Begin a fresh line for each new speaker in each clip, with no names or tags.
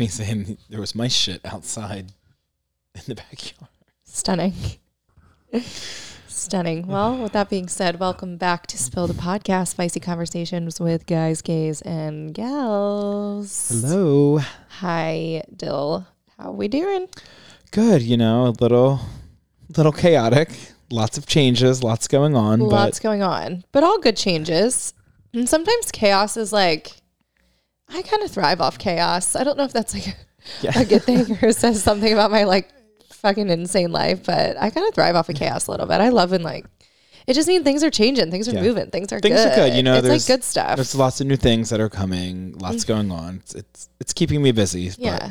me saying there was mice shit outside in the backyard.
Stunning. Stunning. Well, with that being said, welcome back to Spill the Podcast, Spicy Conversations with Guys, Gays, and Gals.
Hello.
Hi, Dill. How we doing?
Good, you know, a little little chaotic. Lots of changes, lots going on,
Lots going on, but all good changes. And sometimes chaos is like, I kind of thrive off chaos. I don't know if that's like a,
Yeah.
a good thing or says something about my like fucking insane life, but I kind of thrive off of chaos a little bit. I love when like, it just means things are changing, things are
Yeah.
moving, things are
but things
good.
are good, you know,
it's like
there's
good stuff.
There's lots of new things that are coming, lots going on. It's it's, it's keeping me busy,
Mm. Yeah.
but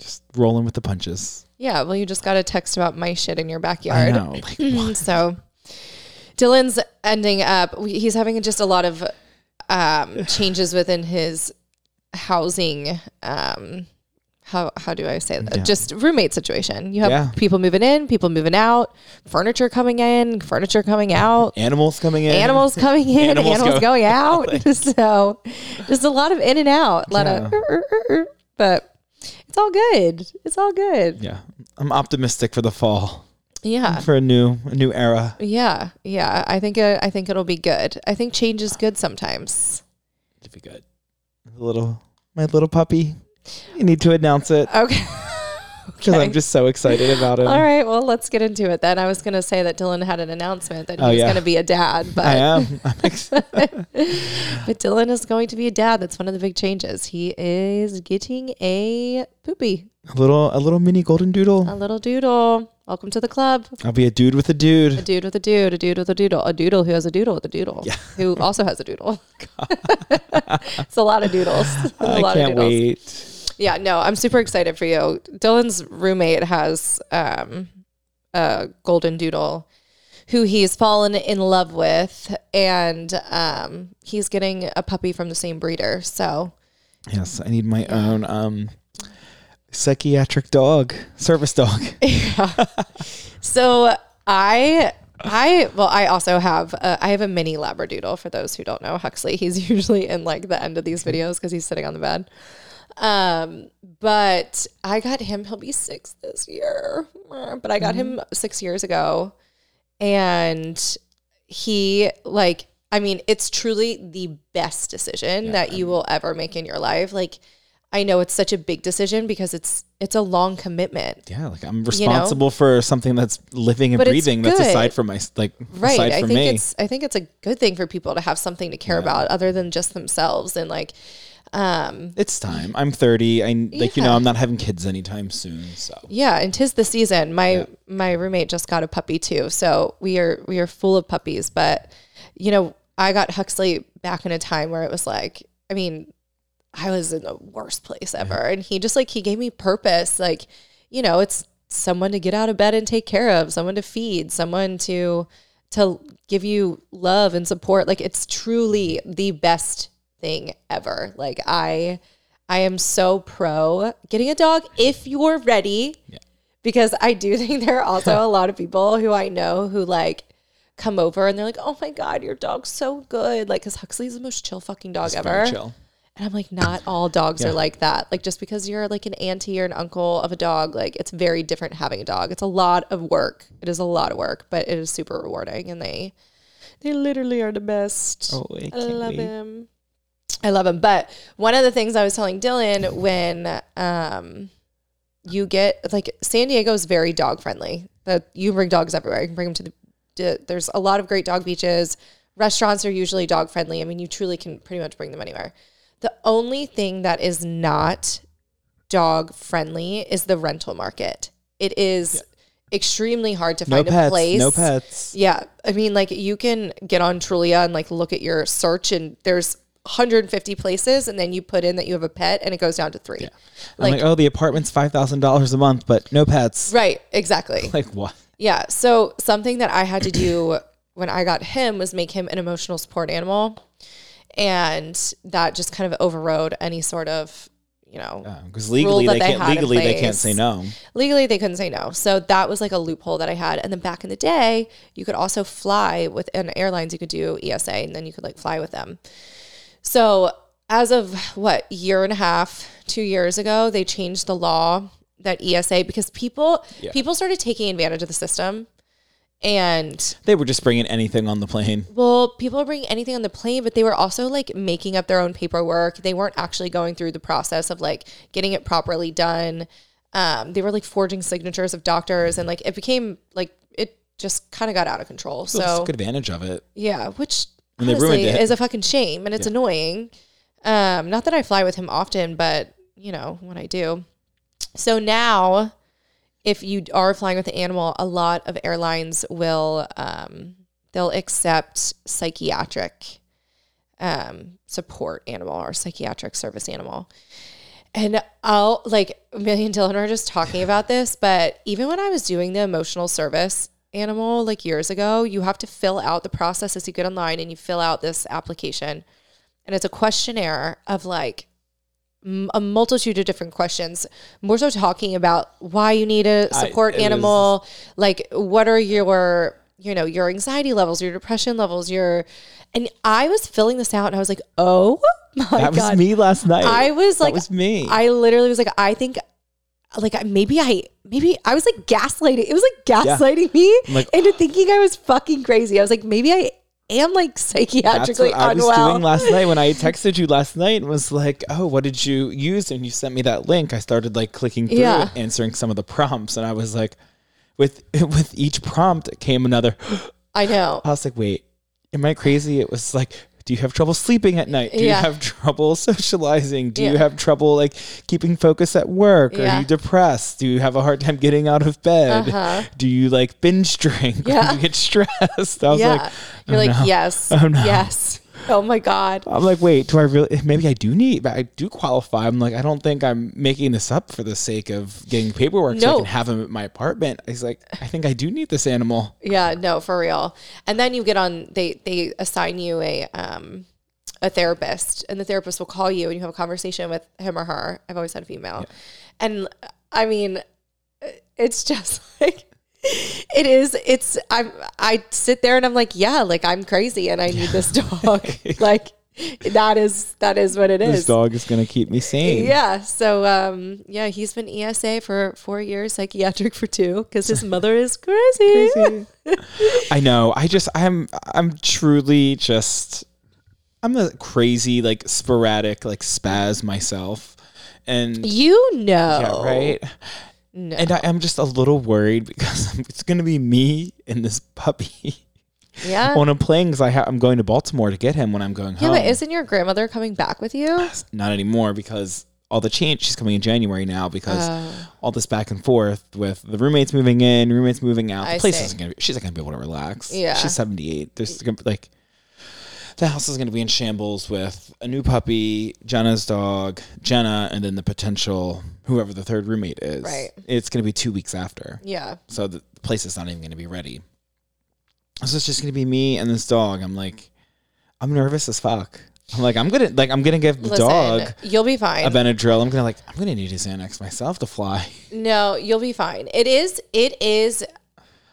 just rolling with the punches.
Yeah. Well, you just got a text about my shit in your
I
backyard.
know. Like,
Mm.
what?
So Dylan's ending up, we- he's having just a lot of um, changes within his housing. Um, how, how do I say that?
Yeah.
Just roommate situation. You have
Yeah.
people moving in, people moving out, furniture coming in, furniture coming out
Animals coming in.
animals coming in,
Animals
animals,
go-
going out. so just a lot of in and out, a lot of, er, er, er, er. but it's all good. It's all good.
Yeah. I'm optimistic for the fall.
Yeah.
For a new a new era.
Yeah. Yeah. I think, uh, I think it'll be good. I think change is good sometimes.
It'd be good. Little my little puppy. You need to announce it.
Okay.
Because
Okay.
I'm just so excited about him.
All right. Well, let's get into it then. I was going to say that Dylan had an announcement that he
Oh,
was
yeah.
going to be a dad,
I
but,
am. I'm ex-
but Dylan is going to be a dad. That's one of the big changes. He is getting a poopy,
a little a little mini golden doodle.
a little doodle. Welcome to the club.
I'll be a dude with a
A
dude.
dude with a dude, a dude with a doodle, a doodle who has a doodle with a doodle, who also has a doodle. it's a lot of doodles. A
I
lot
can't
of doodles.
wait.
Yeah, no, I'm super excited for you. Dylan's roommate has um, a golden doodle who he's fallen in love with, and um, he's getting a puppy from the same breeder. So
Yes, I need my own um psychiatric dog. Service dog.
So I, I well, I also have a, I have a mini labradoodle. For those who don't know, Huxley. He's usually in like the end of these videos because he's sitting on the bed. Um, but I got him. He'll be six this year. But I got him six years ago, and he like. I mean, it's truly the best decision that you will ever make in your life. Like, I know it's such a big decision because it's it's a long commitment.
Yeah, like I'm responsible for something that's living and
But it's
breathing that's
good.
aside from my like
right
aside
i
from
think
me.
it's i think it's a good thing for people to have something to care about other than just themselves and like um
It's time. I'm 30. I like you know
Yeah.
I'm not having kids anytime soon. So
yeah and tis the season my my roommate just got a puppy too so we are we are full of puppies but you know i got huxley back in a time where it was like i mean i was in the worst place ever and he just like he gave me purpose like you know it's someone to get out of bed and take care of someone to feed someone to to give you love and support like it's truly the best thing ever like i i am so pro getting a dog if you're ready because i do think there are also a lot of people who i know who like come over and they're like oh my god your dog's so good like because huxley's the most chill fucking dog
it's
ever
very chill.
and I'm like, not all dogs are like that. Like, just because you're like an auntie or an uncle of a dog, like, it's very different having a dog. It's a lot of work. It is a lot of work, but it is super rewarding. And they, they literally are the best.
Oh, I
I
can't
love
wait.
him. I love him. But one of the things I was telling Dylan when, um, you get like San Diego is very dog friendly. That you bring dogs everywhere. You can bring them to the. to- there's a lot of great dog beaches. Restaurants are usually dog friendly. I mean, you truly can pretty much bring them anywhere. The only thing that is not dog friendly is the rental market. It is extremely hard to
No
find a
pets.
place.
No pets.
Yeah. I mean, like you can get on Trulia and like look at your search and there's 150 places and then you put in that you have a pet and it goes down to three.
I'm like, oh, the apartment's five thousand dollars a month, but no pets.
Right. Exactly.
Like what?
Yeah. So something that I had to do when I got him was make him an emotional support animal. And that just kind of overrode any sort of, you know,
Because Um, legally
that
they
they
can't.
had in
Legally they can't
place.
say no.
legally they couldn't say no. So that was like a loophole that I had. And then back in the day, you could also E fly with an airlines, you could do ESA and then you could like fly with them. So as of what year and a half, two years ago, they changed the law that ESA because people
Yeah.
people started taking advantage of the system, and
They were just bringing anything on the plane.
well, people were bringing anything on the plane, but they were also like making up their own paperwork. They weren't actually going through the process of like getting it properly done. Um, they were like forging signatures of doctors, and like it became like it just kind of got out of control.
So let's
So
took advantage of it.
yeah, which
And they ruined
honestly
it.
is a fucking shame and it's annoying. Um, not that I fly with him often, but you know, when I do. So now if you are flying with an animal, a lot of airlines will um, they'll accept psychiatric um, support animal or psychiatric service animal. And I'll like Millie and Dylan are just talking about this, but even when I was doing the emotional service animal like years ago, you have to fill out the process as you get online and you fill out this application. And it's a questionnaire of like m- a multitude of different questions, more so talking about why you need a
I-
support
it was-
animal, like what are your you know your anxiety levels, your depression levels, your and I was filling this out and I was like, oh my
that
god,
was me last night.
I was like,
that was me.
I literally was like, I think, like maybe I, maybe I was like gaslighting. It was like gaslighting me
I'm like,
into thinking I was fucking crazy. I was like, maybe I am like
That's what
psychiatrically
I was
unwell.
doing last night when I texted you last night and was like, "Oh, what did you use?" And you sent me that link. I started like clicking through,
Yeah.
and answering some of the prompts, and I was like, with with each prompt came another.
I know.
I was like, "Wait, am I crazy?" It was like. Do you have trouble sleeping at night? Do
Yeah.
you have trouble socializing? Do you
Yeah.
have trouble like keeping focus at work? Are
Yeah.
you depressed? Do you have a hard time getting out of bed?
Uh-huh.
Do you like binge drink?
Yeah.
Do you get stressed? I was
Yeah.
like,
You're
"Oh,
like,
no."
yes,
Oh, no.
yes. Oh my God.
I'm like, wait, do I really? Maybe I do need, I do qualify. I'm like, I don't think I'm making this up for the sake of getting paperwork so I
No.
can have him at my apartment. He's like, I think I do need this animal.
Yeah, no, for real. And then you get on they they assign you a um a therapist and the therapist will call you and you have a conversation with him or her. I've always had a female. And I mean it's just like it is it's I'm I sit there and I'm like, yeah, like I'm crazy and I need this dog. like that is that is what it
This
is.
dog is gonna keep me sane.
Yeah. So, um, yeah, he's been ESA for four years, psychiatric for two, because his mother is crazy.
I know. I just, I'm, I'm truly just, I'm a crazy, like sporadic, like spaz myself, and
You
Yeah,
know.
right.
No.
And I, I'm just a little worried because it's gonna be me and this puppy.
Yeah.
on a plane because I ha- I'm going to Baltimore to get him when I'm going
yeah,
home.
but isn't your grandmother coming back with you?
Not anymore because all the change. She's coming in January now because
Oh.
all this back and forth with the roommates moving in, roommates moving out. The
I
place
see.
isn't gonna. Be, she's not gonna be able to relax.
Yeah.
she's 78. There's gonna be like. The house is going to be in shambles with a new puppy, Jenna's dog, Jenna, and then the potential whoever the third roommate is.
Right.
It's going to be two weeks after.
Yeah.
So the the place is not even going to be ready. So it's just going to be me and this dog. I'm like, I'm nervous as fuck. I'm like, I'm gonna like, I'm gonna give the
Listen,
dog
you'll be fine.
a Benadryl. I'm gonna like, I'm gonna need a Xanax myself to fly.
no, you'll be fine. It is. It is.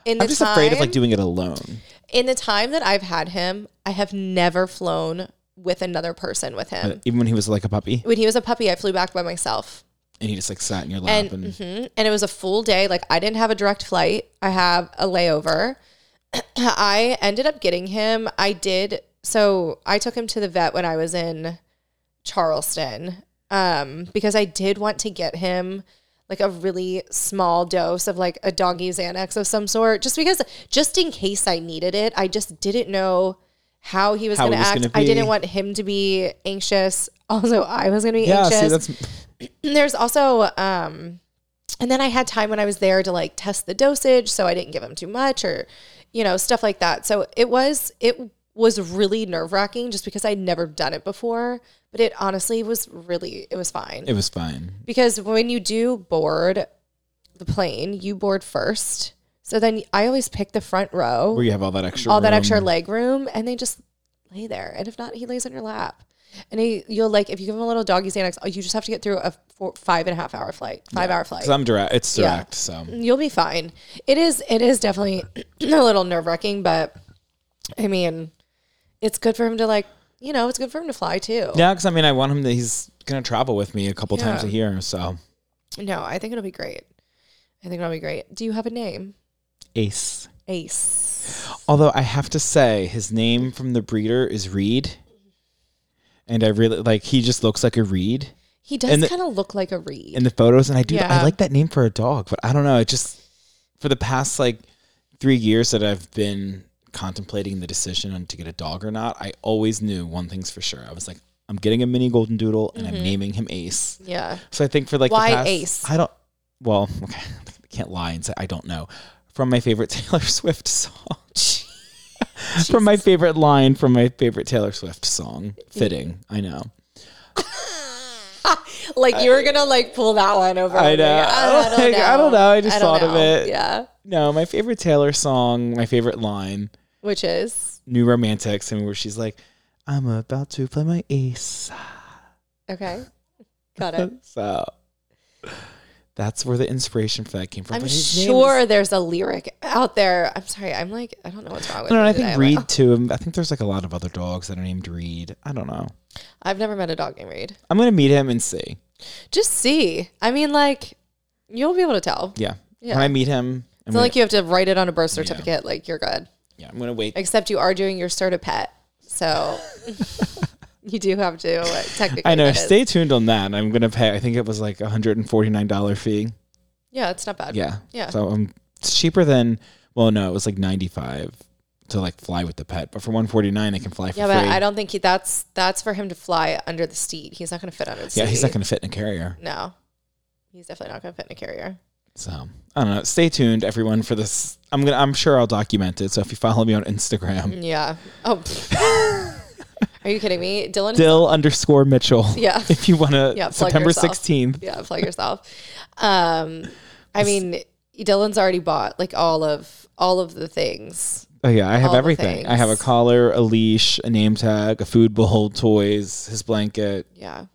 In the
I'm just
time,
afraid of like doing it alone.
in the time that I've had him, I have never flown with another person with him.
Even when he was like a puppy,
when he was a puppy, I flew back by myself.
and he just like sat in your lap, and,
Mhm. And it was a full day. Like I didn't have a direct flight. I have a layover. I ended up getting him. I did. So I took him to the vet when I was in Charleston um, because I did want to get him like a really small dose of like a doggy Xanax of some sort, just because, just in case I needed it. I just didn't know how he was
How
going to
he was
act.
gonna
I didn't
be.
want him to be anxious. Also, I was going to be
yeah.
anxious
See, that's
there's also um and then I had time when I was there to like test the dosage so I didn't give him too much or you know stuff like that. So it was it was really nerve-wracking just because I'd never done it before, but it honestly was really it was fine.
it was fine.
because when you do board the plane, you board first. So then I always pick the front row
Where you have all that extra,
all that
room.
extra leg room and they just lay there and if not he lays on your lap and he, you'll like if you give him a little doggy xanax oh, you just have to get through a four, five and a half hour flight five hour flight
'Cause I'm direct. It's
Yeah.
direct. So
you'll be fine it is it is definitely a little nerve-wracking but i mean it's good for him to like you know, it's good for him to fly too.
Yeah, because I mean, I want him to. He's gonna travel with me a couple times a
Yeah.
year, so
No, I think it'll be great. I think it'll be great. Do you have a name?
Ace.
Ace.
Although I have to say, his name from the breeder is Reed, and I really like. He just looks like a Reed
He
And
does
the-
kind of look like a reed.
in the photos, and I do. I
Yeah.
like that name for a dog, but I don't know. It just for the past like three years that I've been contemplating the decision on to get a dog or not, I always knew one thing's for sure. I was like, I'm getting a mini golden doodle, and I'm naming him Ace.
yeah.
So I think for like
Why
the past,
Ace?
I don't. Well, okay, I can't lie and say I don't know. From my favorite Taylor Swift song. from my favorite line from my favorite Taylor Swift song. Fitting, I know.
Like you were gonna like pull that one over.
I
and be
know.
like, I, don't
Like,
know.
I don't know. I just
don't
thought of
know."
it.
Yeah.
No, my favorite Taylor song, my favorite line,
Which is
New Romantics, and where she's like, "I'm about to play my ace."
okay. Got it.
So that's where the inspiration for that came from.
I'm
But his name is-
sure there's a lyric out there. I'm sorry. I'm like I don't know what's wrong with
No,
me
no, I
today.
think
I'm like,
Reed too. I think there's like a lot of other dogs that are named Reed. I don't know.
"Oh, I've never met a dog named Reed.
I'm gonna meet him and see.
Just see. I mean, like you'll be able to tell.
Yeah.
Yeah.
When I meet him, I'm
It's not
gonna,
like you have to write it on a birth certificate. Like you're good.
yeah, I'm gonna wait.
Except you are doing your cert a pet, so you do have to uh, technically.
I know.
that is-
Stay tuned on that. I'm gonna pay. I think it was like a hundred and forty nine dollar fee.
Yeah, it's not bad.
Yeah.
Yeah.
So um, it's cheaper than. Well, no, it was like ninety five to like fly with the pet, but for one forty nine, I can fly for
Yeah,
free.
but I don't think he. That's that's for him to fly under the seat. He's not going to fit under the seat.
yeah, he's not gonna fit in a carrier.
No, he's definitely not going to fit in a carrier.
So I don't know. Stay tuned, everyone, for this. I'm gonna. I'm sure I'll document it. So if you follow me on Instagram,
Yeah. Oh. Are you kidding me, Dylan?
Dill underscore Mitchell.
Yeah.
If you wanna,
Mm-hmm. Yeah, plug
September
yourself.
sixteenth.
yeah, plug yourself. Um, I mean, Dylan's already bought like all of all of the things.
Oh yeah, I have
all the
everything. I have a
things.
collar, a leash, a name tag, a food bowl, toys, his blanket.
Yeah.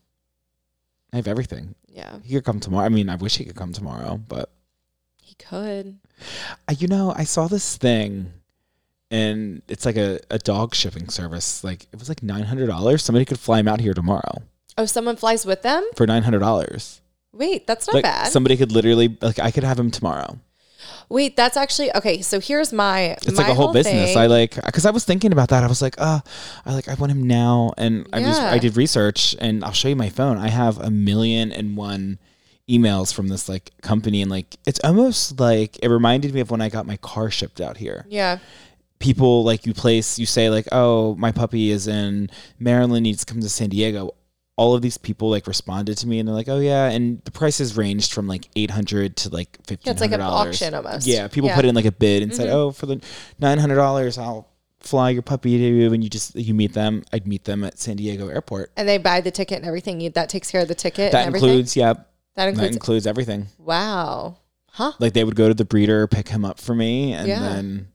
I have everything.
Yeah.
He could come tomorrow. I mean, I wish he could come tomorrow, but
He could.
I, you know, I saw this thing, and it's like a, a dog shipping service. Like it was like nine hundred dollars. Somebody could fly him out here tomorrow
Oh, someone flies with them.
for nine hundred dollars.
Wait, that's not
Like
bad.
somebody could literally like I could have him tomorrow.
Wait, that's actually okay. So here's my.
It's like a whole, business. I like because I was thinking about that. I was like, uh, I like I want him now, and I was
Yeah.
I did research, and I'll show you my phone. I have a million and one emails from this like company, and like it's almost like it reminded me of when I got my car shipped out here.
yeah.
People like you place you say like, oh, my puppy is in Maryland, needs to come to San Diego. All of these people like responded to me, and they're like, oh yeah, and the prices ranged from like eight hundred to like fifteen.
Yeah, it's like an auction almost. Mm-hmm.
Yeah, people put in like a bid and said, "Oh, for the nine hundred dollars, I'll fly your puppy to you." And you just you meet them. I'd meet them at San Diego Airport.
and they buy the ticket and everything. You, that takes care of the ticket.
That
and everything?
includes, yeah,
that
that
includes.
includes everything.
wow. Huh.
Like they would go to the breeder, pick him up for me, and
Yeah.
then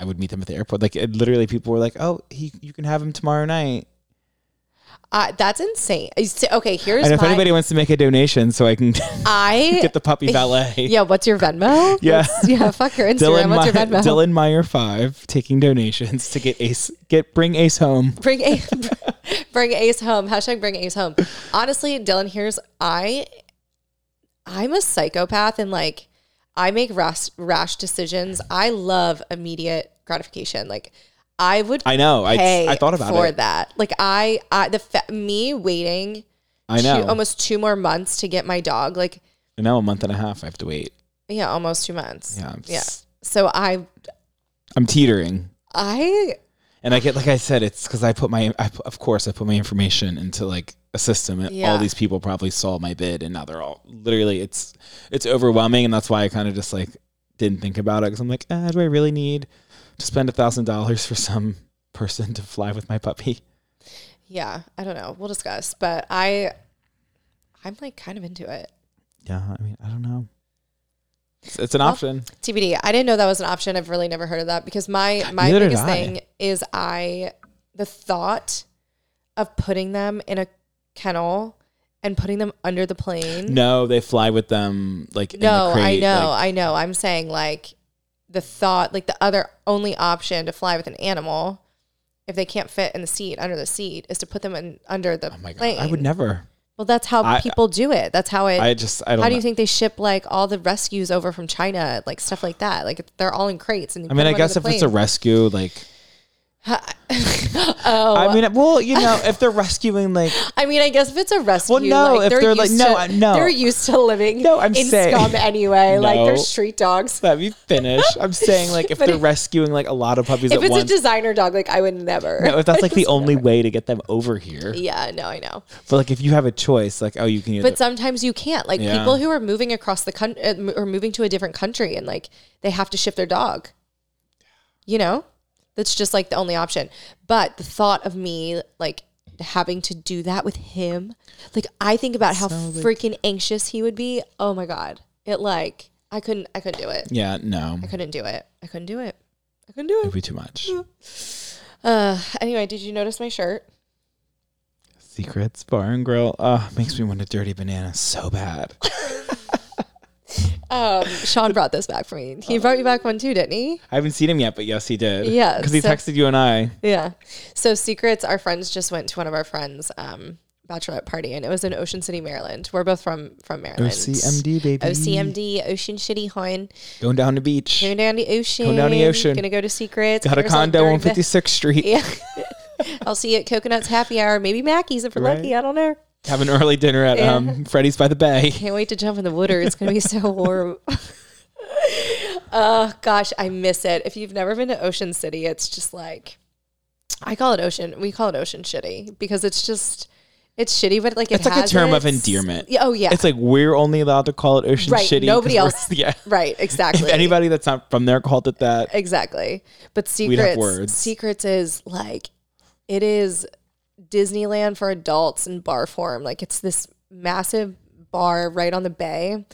I would meet them at the airport. Like it, literally, people were like, "Oh, he, you can have him tomorrow night."
Uh, that's insane. You see- Okay, here's
And if
my.
anybody wants to make a donation, so I can
I
get the puppy valet.
yeah. What's your Venmo?
Yeah.
What's- yeah. Fuck your Instagram.
Dylan,
what's your
Meyer,
Venmo?
Dylan Meyer five taking donations to get Ace get bring Ace home.
Bring Ace, bring Ace home. Hashtag bring Ace home. Honestly, Dylan, here's I. I'm a psychopath and like I make rash, rash decisions. I love immediate gratification. Like I would
I know. I
pay
I thought about
for
it.
that. Like I, I the fa- me waiting
I
two,
know.
almost two more months to get my dog. Like
Now a month and a half, I have to wait.
yeah, almost two months.
Yeah, I'm,
yeah.
s-
So I,
I'm teetering,
I
and I get like I said, it's because I put my, I, pu- of course, I put my information into like a system, and all
Yeah.
these people probably saw my bid, and now they're all literally, it's it's overwhelming, and that's why I kind of just like didn't think about it because I'm like, ah, do I really need to spend a thousand dollars for some person to fly with my puppy?
yeah. I don't know. We'll discuss. But I, I'm like kind of into it.
Yeah, I mean, I don't know. It's, it's an option.
TBD. I didn't know that was an option. I've really never heard of that because my my
Neither did
biggest
I.
thing is I the thought of putting them in a kennel and putting them under the plane.
No, they fly with them like in the
No, I
crate,
know,
like-
I know. I'm saying like the thought, like the other only option to fly with an animal if they can't fit in the seat under the seat is to put them in under the
Oh my god,
plane.
I would never.
well, that's how
I-
people do it. That's how it.
I just I don't.
how do you
know.
think they ship like all the rescues over from China, like stuff like that? Like they're all in crates. And
I
you put
mean, I
them under
guess
the
if it's a
plane.
rescue, like
oh,
I mean, well, you know, if they're rescuing, like
I mean, I guess if it's a rescue,
Well, no,
like,
if
they're,
they're like-
used
no,
to,
I- no.
they're used to living
No, I'm
in
saying-
scum anyway. Like
No.
they're street dogs.
let me finish. I'm saying, like if
But
they're
if-
rescuing like a lot of puppies
If
at
it's a
once,
designer dog, like I would never.
no, if that's like the only way to get them over here.
yeah, no, I know.
But like if you have a choice, like oh, you can either
But sometimes you can't. Like
Yeah.
people who are moving across the country or moving to a different country and like they have to shift their dog. You know? That's just like the only option. But the thought of me like having to do that with him, like I think about how
So, like-
freaking anxious he would be. Oh my god. It like I couldn't I couldn't do it.
yeah, no,
I couldn't do it. I couldn't do it. I couldn't do
it'd
it.
be too much.
Uh anyway, did you notice my shirt?
Secrets Bar and Grill. Oh, makes me want a dirty banana so bad.
Um Sean brought this back for me. He brought you back one too, didn't he?
I haven't seen him yet, but yes, he did.
Yeah,
because he
so- Oh,
texted you and I.
Yeah. So secrets, our friends just went to one of our friends' um, bachelorette party, and it was in Ocean City, Maryland. We're both from from Maryland.
OCMD baby.
OCMD, Ocean City, Hoin.
Going down the beach.
Going down the ocean.
Going down the ocean.
Gonna go to Secrets.
Got a
There's all
condo
during
on
the-
56th Street.
Yeah. I'll see you at Coconuts Happy Hour. Maybe Mackey's if we're
Right.
lucky. I don't know.
Have an early dinner at
Yeah.
um, Freddy's by the Bay.
Can't wait to jump in the water. It's gonna be so warm. oh gosh, I miss it. If you've never been to Ocean City, it's just like I call it ocean. We call it ocean shitty because it's just it's shitty, but like it
It's like a
has
term of
its-
endearment.
Yeah, oh yeah,
It's like we're only allowed to call it Ocean
Right,
Shitty. 'cause
nobody
we're-
else-
Yeah.
right,
If
exactly.
anybody that's not from there called it that,
exactly. But
We'd have
secrets,
words.
secrets is like it is Disneyland for adults in bar form. Like it's this massive bar right on the bay and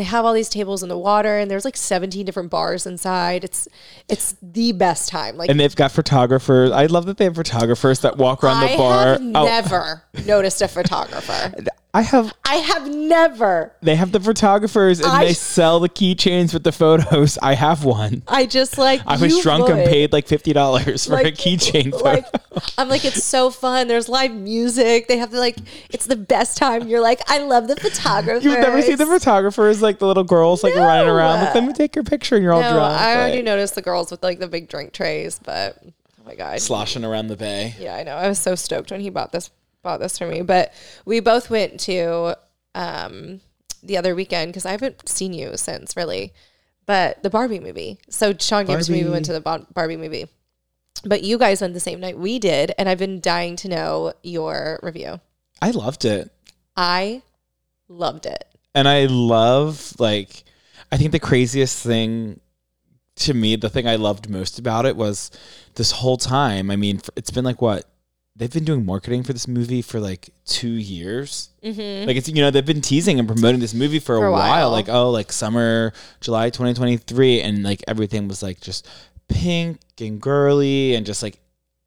they have all these tables in the water and there's like 17 different bars inside it's it's the best time like
and they've got photographers. I love that they have photographers that walk around
i
the bar. Oh,
have never noticed a photographer
I have.
i have never
They have the photographers and
I-
they sell the keychains with the photos. I have one.
i just like
I was
you
drunk and
would.
paid like fifty dollars for a
Like-
keychain photo.
like i'm like it's so fun there's live music they have the, like it's the best time you're like i love the photographer
You've never seen the photographers, like the little girls, like running around. Like, let me take your picture, and you're all
no,
drunk,
i already
like,
noticed the girls with like the big drink trays but oh my god
sloshing around the bay.
Yeah, I know. I was so stoked when he bought this bought this for me. But we both went to um the other weekend because I haven't seen you since really. But the Barbie movie. So Sean gave it to me. We went to the Bar- Barbie movie. But you guys went the same night we did, and I've been dying to know your review.
I loved it,
I loved it.
and I love like. I think the craziest thing to me, the thing I loved most about it was this whole time. I mean, f- it's been like what they've been doing marketing for this movie for like two years. Like it's you know they've been teasing and promoting this movie Mm-hmm. for,
For
a
a
while.
while.
Like oh like summer July 2023 and like everything was like just pink and girly and just like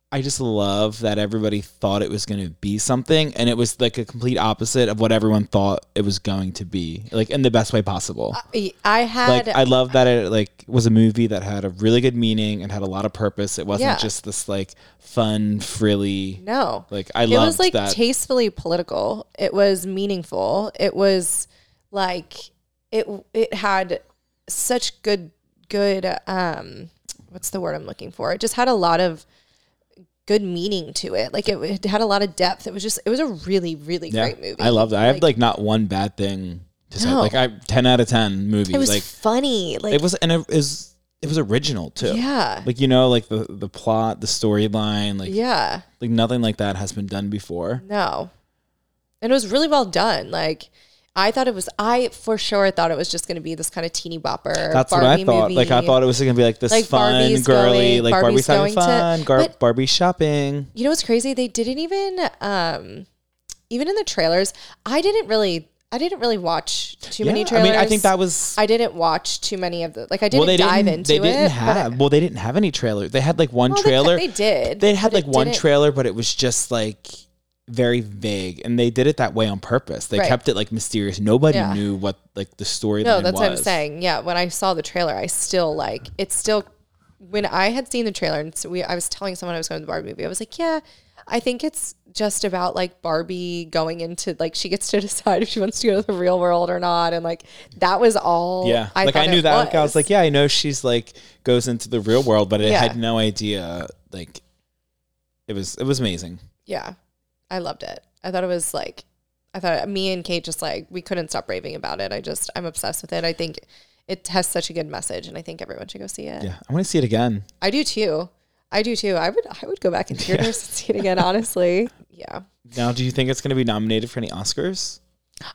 I just love that everybody thought it was going to be something and it was like a complete opposite of what everyone thought it was going to be. Like in the best way possible
I- I had
like I love that it like was a movie that had a really good meaning and had a lot of purpose. It wasn't
Yeah.
just this like fun, frilly
no.
like I
it
loved
was like
that.
tastefully political it was meaningful it was like it it had such good good um what's the word i'm looking for it just had a lot of good meaning to it like it, it had a lot of depth it was just it was a really really
yeah,
great movie
I love that. I have like not one bad thing to say.
No.
Like I ten out of ten movie.
it was
like
funny like
it was and it was it was original too.
yeah
Like you know, like the the plot, the storyline, like
yeah
like nothing like that has been done before.
No. And it was really well done. Like I thought it was I for sure thought it was just gonna be this kind of teeny bopper.
That's what I thought. Like I thought it was gonna be like this
Like,
fun,
Barbie's
girly,
going-
like Barbie's,
Barbie's
having
going to-
fun, gar-
but-
Barbie shopping.
You know what's crazy? They didn't even um even in the trailers, I didn't really I didn't really watch too many
Yeah, I
trailers.
mean, I think that was
I didn't watch too many of the like I didn't dive into
they didn't
it. but I-
have well they didn't have any trailers they had like one
well, they-
trailer
they, did.
they had
but
like
it
one
didn't-
trailer but it was just like very vague and they did it that way on purpose they
Right.
kept it like mysterious nobody
Yeah.
knew what like the storyline
No, that's
was
what I'm saying. Yeah, when I saw the trailer, I still like it still when I had seen the trailer and so we, I was telling someone I was going to the Barbie movie, I was like, yeah, I think it's just about like Barbie going into like she gets to decide if she wants to go to the real world or not, and like that was all.
Yeah. like I
thought
knew
it
that. like, I was like, yeah, I know she's like goes into the real world, but I
Yeah.
had no idea. Like it was it was amazing.
yeah, I loved it. I thought it was like, I thought me and Kate just like we couldn't stop raving about it. I just I'm obsessed with it. I think it has such a good message, and I think everyone should go see it.
Yeah. I want to see it again.
I do too. I do too. I would I would go back in theaters and see it again. Honestly, yeah.
Now, do you think it's going to be nominated for any Oscars?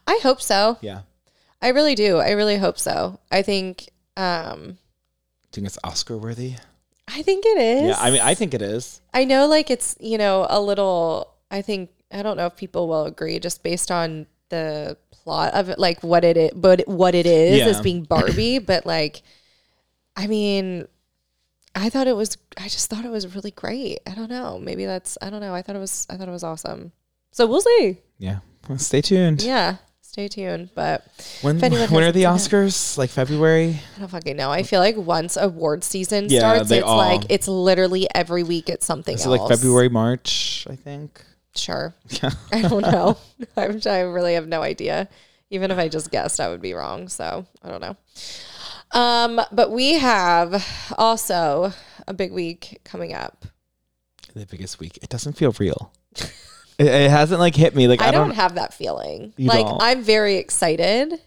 I hope so.
Yeah.
I really do. I really hope so. I think um
Do you think it's Oscar worthy?
I think it is.
Yeah. I mean, I think it is.
I know like it's, you know, a little I think I don't know if people will agree just based on the plot of it like what it is but what it is
Yeah.
as being Barbie, but like I mean I thought it was I just thought it was really great. I don't know. Maybe that's I don't know. I thought it was I thought it was awesome. So we'll see.
Yeah. Well, stay tuned.
Yeah. Stay tuned. But
When,
If anyone
when
has-
are the
yeah.
Oscars? Like February?
I don't fucking know. I feel like once award season
Yeah,
starts,
they
it's
all-
like it's literally every week it's something
Is it
else.
like February, March? I think.
Sure.
Yeah.
I don't know. I'm, I really have no idea. Even if I just guessed, I would be wrong. So I don't know. Um, but we have also a big week coming up.
The biggest week. It doesn't feel real. it, it hasn't like hit me. Like
I,
I,
don't, have that feeling.
You
Like
don't.
I'm very excited.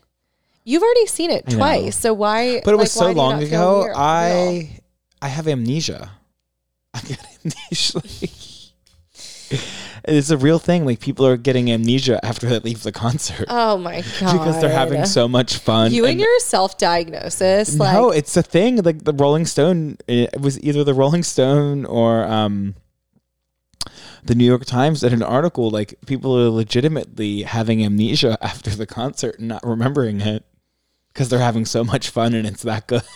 You've already seen it
I know.
twice, so why?
But it
like,
was
why
so
do you
long
not feel
ago.
real- real?
I I have amnesia. I got amnesia. it's a real thing. Like people are getting amnesia after they leave the concert
oh my god,
because they're having so much fun.
you and
and-
your self diagnosis. Like,
no, it's a thing. Like the Rolling Stone, it was either the Rolling Stone or um, the New York Times did an article. Like people are legitimately having amnesia after the concert and not remembering it because they're having so much fun and it's that good.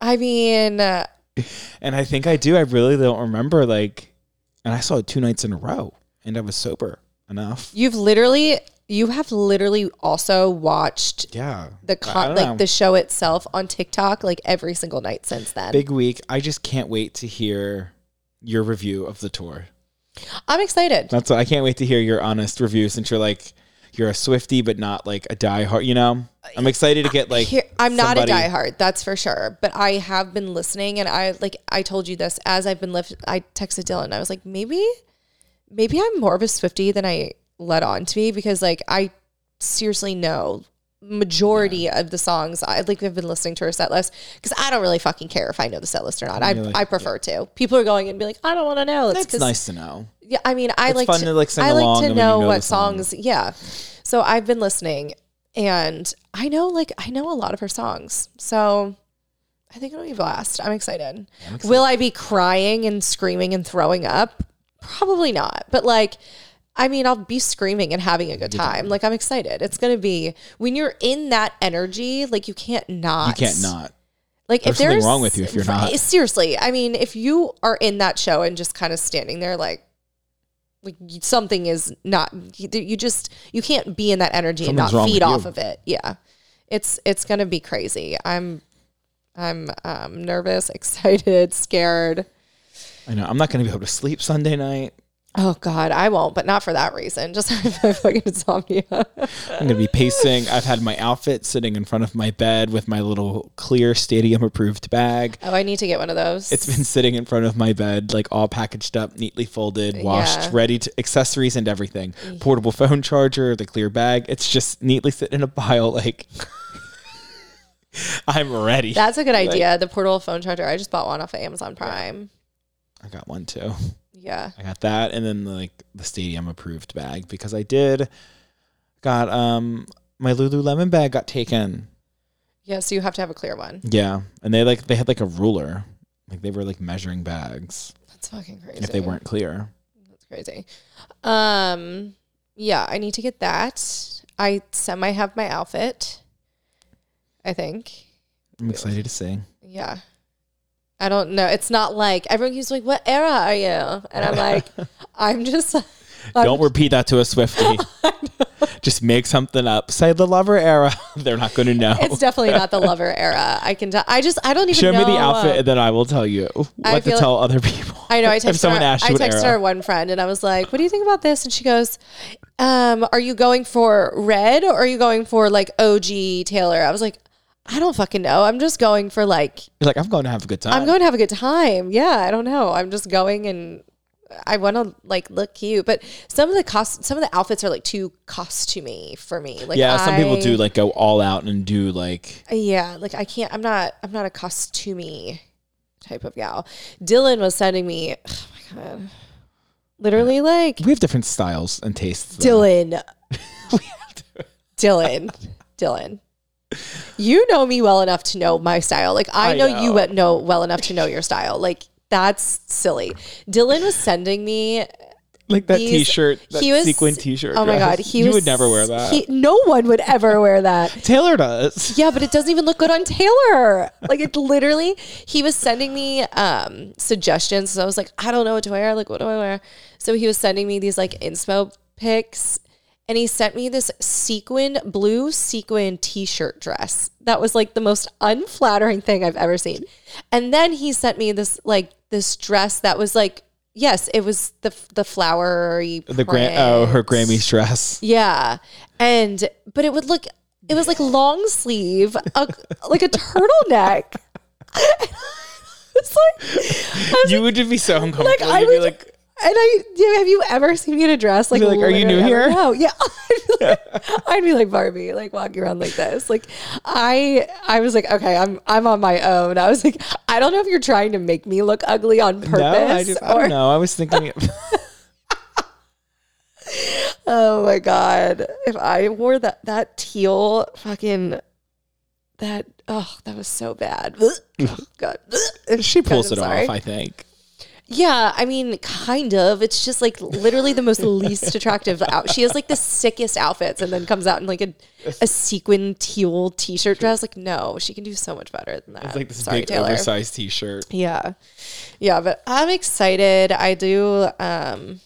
I mean, uh,
And I think I do. I really don't remember. Like, and I saw it two nights in a row, and I was sober enough.
you've literally, you have literally also watched
Yeah,
the con- like the show itself on TikTok like every single night since then.
big week. I just can't wait to hear your review of the tour.
I'm excited.
That's I can't wait to hear your honest review since you're like you're a Swifty but not like a diehard. You know, I'm excited to get like
Here, I'm not a
somebody-
diehard, that's for sure. But I have been listening, and I like I told you this as I've been lift. I texted Dylan. I was like, maybe, maybe I'm more of a Swifty than I let on to be because like I seriously know majority of the songs I like have been listening to her set list because I don't really fucking care if I know the set list or not. I
you're like,
I prefer to. People are going and be like, I don't want to know. It's
That's nice to know.
Yeah, I mean, I
It's
like
fun to, like, sing
I like
along
to
and when you
know
know
what
the song.
songs. Yeah, so I've been listening, and I know like I know a lot of her songs. So I think it'll be a blast. I'm excited. Will I be crying and screaming and throwing up? Probably not. But like, I mean, I'll be screaming and having a good time. Like I'm excited. It's gonna be when you're in that energy. Like you can't not.
You can't not.
Like if
There's something
there's
wrong with you if you're not.
Seriously, I mean, if you are in that show and just kind of standing there like like you- something is not you- you just you can't be in that energy
Something's
and not
wrong
feed
with
off
you.
of it. Yeah. It's it's going to be crazy. I'm I'm um, nervous, excited, scared.
I know. I'm not going to be able to sleep Sunday night.
Oh God, I won't, but not for that reason. Just I fucking insomnia.
I'm going to be pacing. I've had my outfit sitting in front of my bed with my little clear stadium approved bag.
oh, I need to get one of those.
It's been sitting in front of my bed, like all packaged up, neatly folded, washed,
Yeah.
ready to accessories and everything. Portable phone charger, the clear bag. It's just neatly sitting in a pile. Like, I'm ready.
That's a good idea. the portable phone charger. I just bought one off of Amazon Prime.
I got one too.
Yeah.
I got that, and then like the stadium approved bag because I did got um my Lululemon bag got taken.
Yeah, so you have to have a clear one.
Yeah, and they like they had like a ruler, like they were like measuring bags
That's fucking crazy.
if they weren't clear.
That's crazy. Um, yeah, I need to get that. I semi have my outfit. I think.
I'm excited to see.
Yeah. I don't know. It's not like everyone keeps like, "What era are you?" And I'm like, "I'm just." I'm,
Don't repeat that to a Swifty. Just make something up. Say the lover era. They're not going to know.
It's definitely not the lover era. I can tell. I just I don't even
Show
know.
me the outfit,
um,
and then I will tell you what
I
to
feel-
tell other people.
I know. I
if
texted,
someone
her, I
asked you what
texted
era.
her one friend and I was like, what do you think about this? And she goes, um, are you going for red or are you going for like OG Taylor? I was like, I don't fucking know. I'm just going for like,
You're like, I'm going to have a good time.
I'm going to have a good time. Yeah. I don't know. I'm just going and I want to like look cute. But some of the cost, some of the outfits are like too costumey for me. Like
yeah, some people
I-
do like go all out and do like
Yeah, like I can't. I'm not. I'm not a costumey type of gal. Dylan was sending me. Oh my god. Literally, like
we have different styles and tastes. though.
Dylan, Dylan, Dylan. You know me well enough to know my style. Like I,
I
know,
know.
you we- know well enough to know your style. Like that's silly. Dylan was sending me.
like that
These-
T-shirt, that
he was-
sequin T-shirt.
Oh my
dress.
god, he
you
was,
would never wear that.
he- no one would ever wear that.
Taylor does.
Yeah, but it doesn't even look good on Taylor. Like it literally, he was sending me um suggestions. So I was like, I don't know what to wear. Like, what do I wear? So he was sending me these like inspo pics, and he sent me this sequin blue sequin t-shirt dress that was like the most unflattering thing I've ever seen. And then he sent me this like this dress that was like, yes, it was the the flowery
The Gra- oh her
print.
Grammy's dress.
Yeah. And but it would look it was like long sleeve, a, like a turtleneck. it's like, I was
You would just be so
like,
uncomfortable.
I
You'd be
would,
like,
and I yeah, have you ever seen me in a dress? Like,
You'd be like, "Are you new
literally, I'm
here?"
like, No, yeah. I'd be, like, I'd be like Barbie, like walking around like this. Like, I I was like, okay, I'm I'm on my own. I was like, I don't know if you're trying to make me look ugly on purpose.
no, I just I
or-
don't know. I was thinking.
Oh my god! If I wore that that teal fucking that oh that was so bad. Oh, god,
she pulls
I'm
it
sorry.
off. I think.
Yeah, I mean, kind of. It's just like literally the most least attractive out. She has like the sickest outfits, and then comes out in like a a sequin teal t shirt dress. Like, no, she can do so much better than that.
It's like this
Uh, Sorry,
big
Taylor.
oversized T-shirt.
Yeah. Yeah, but I'm excited. I do um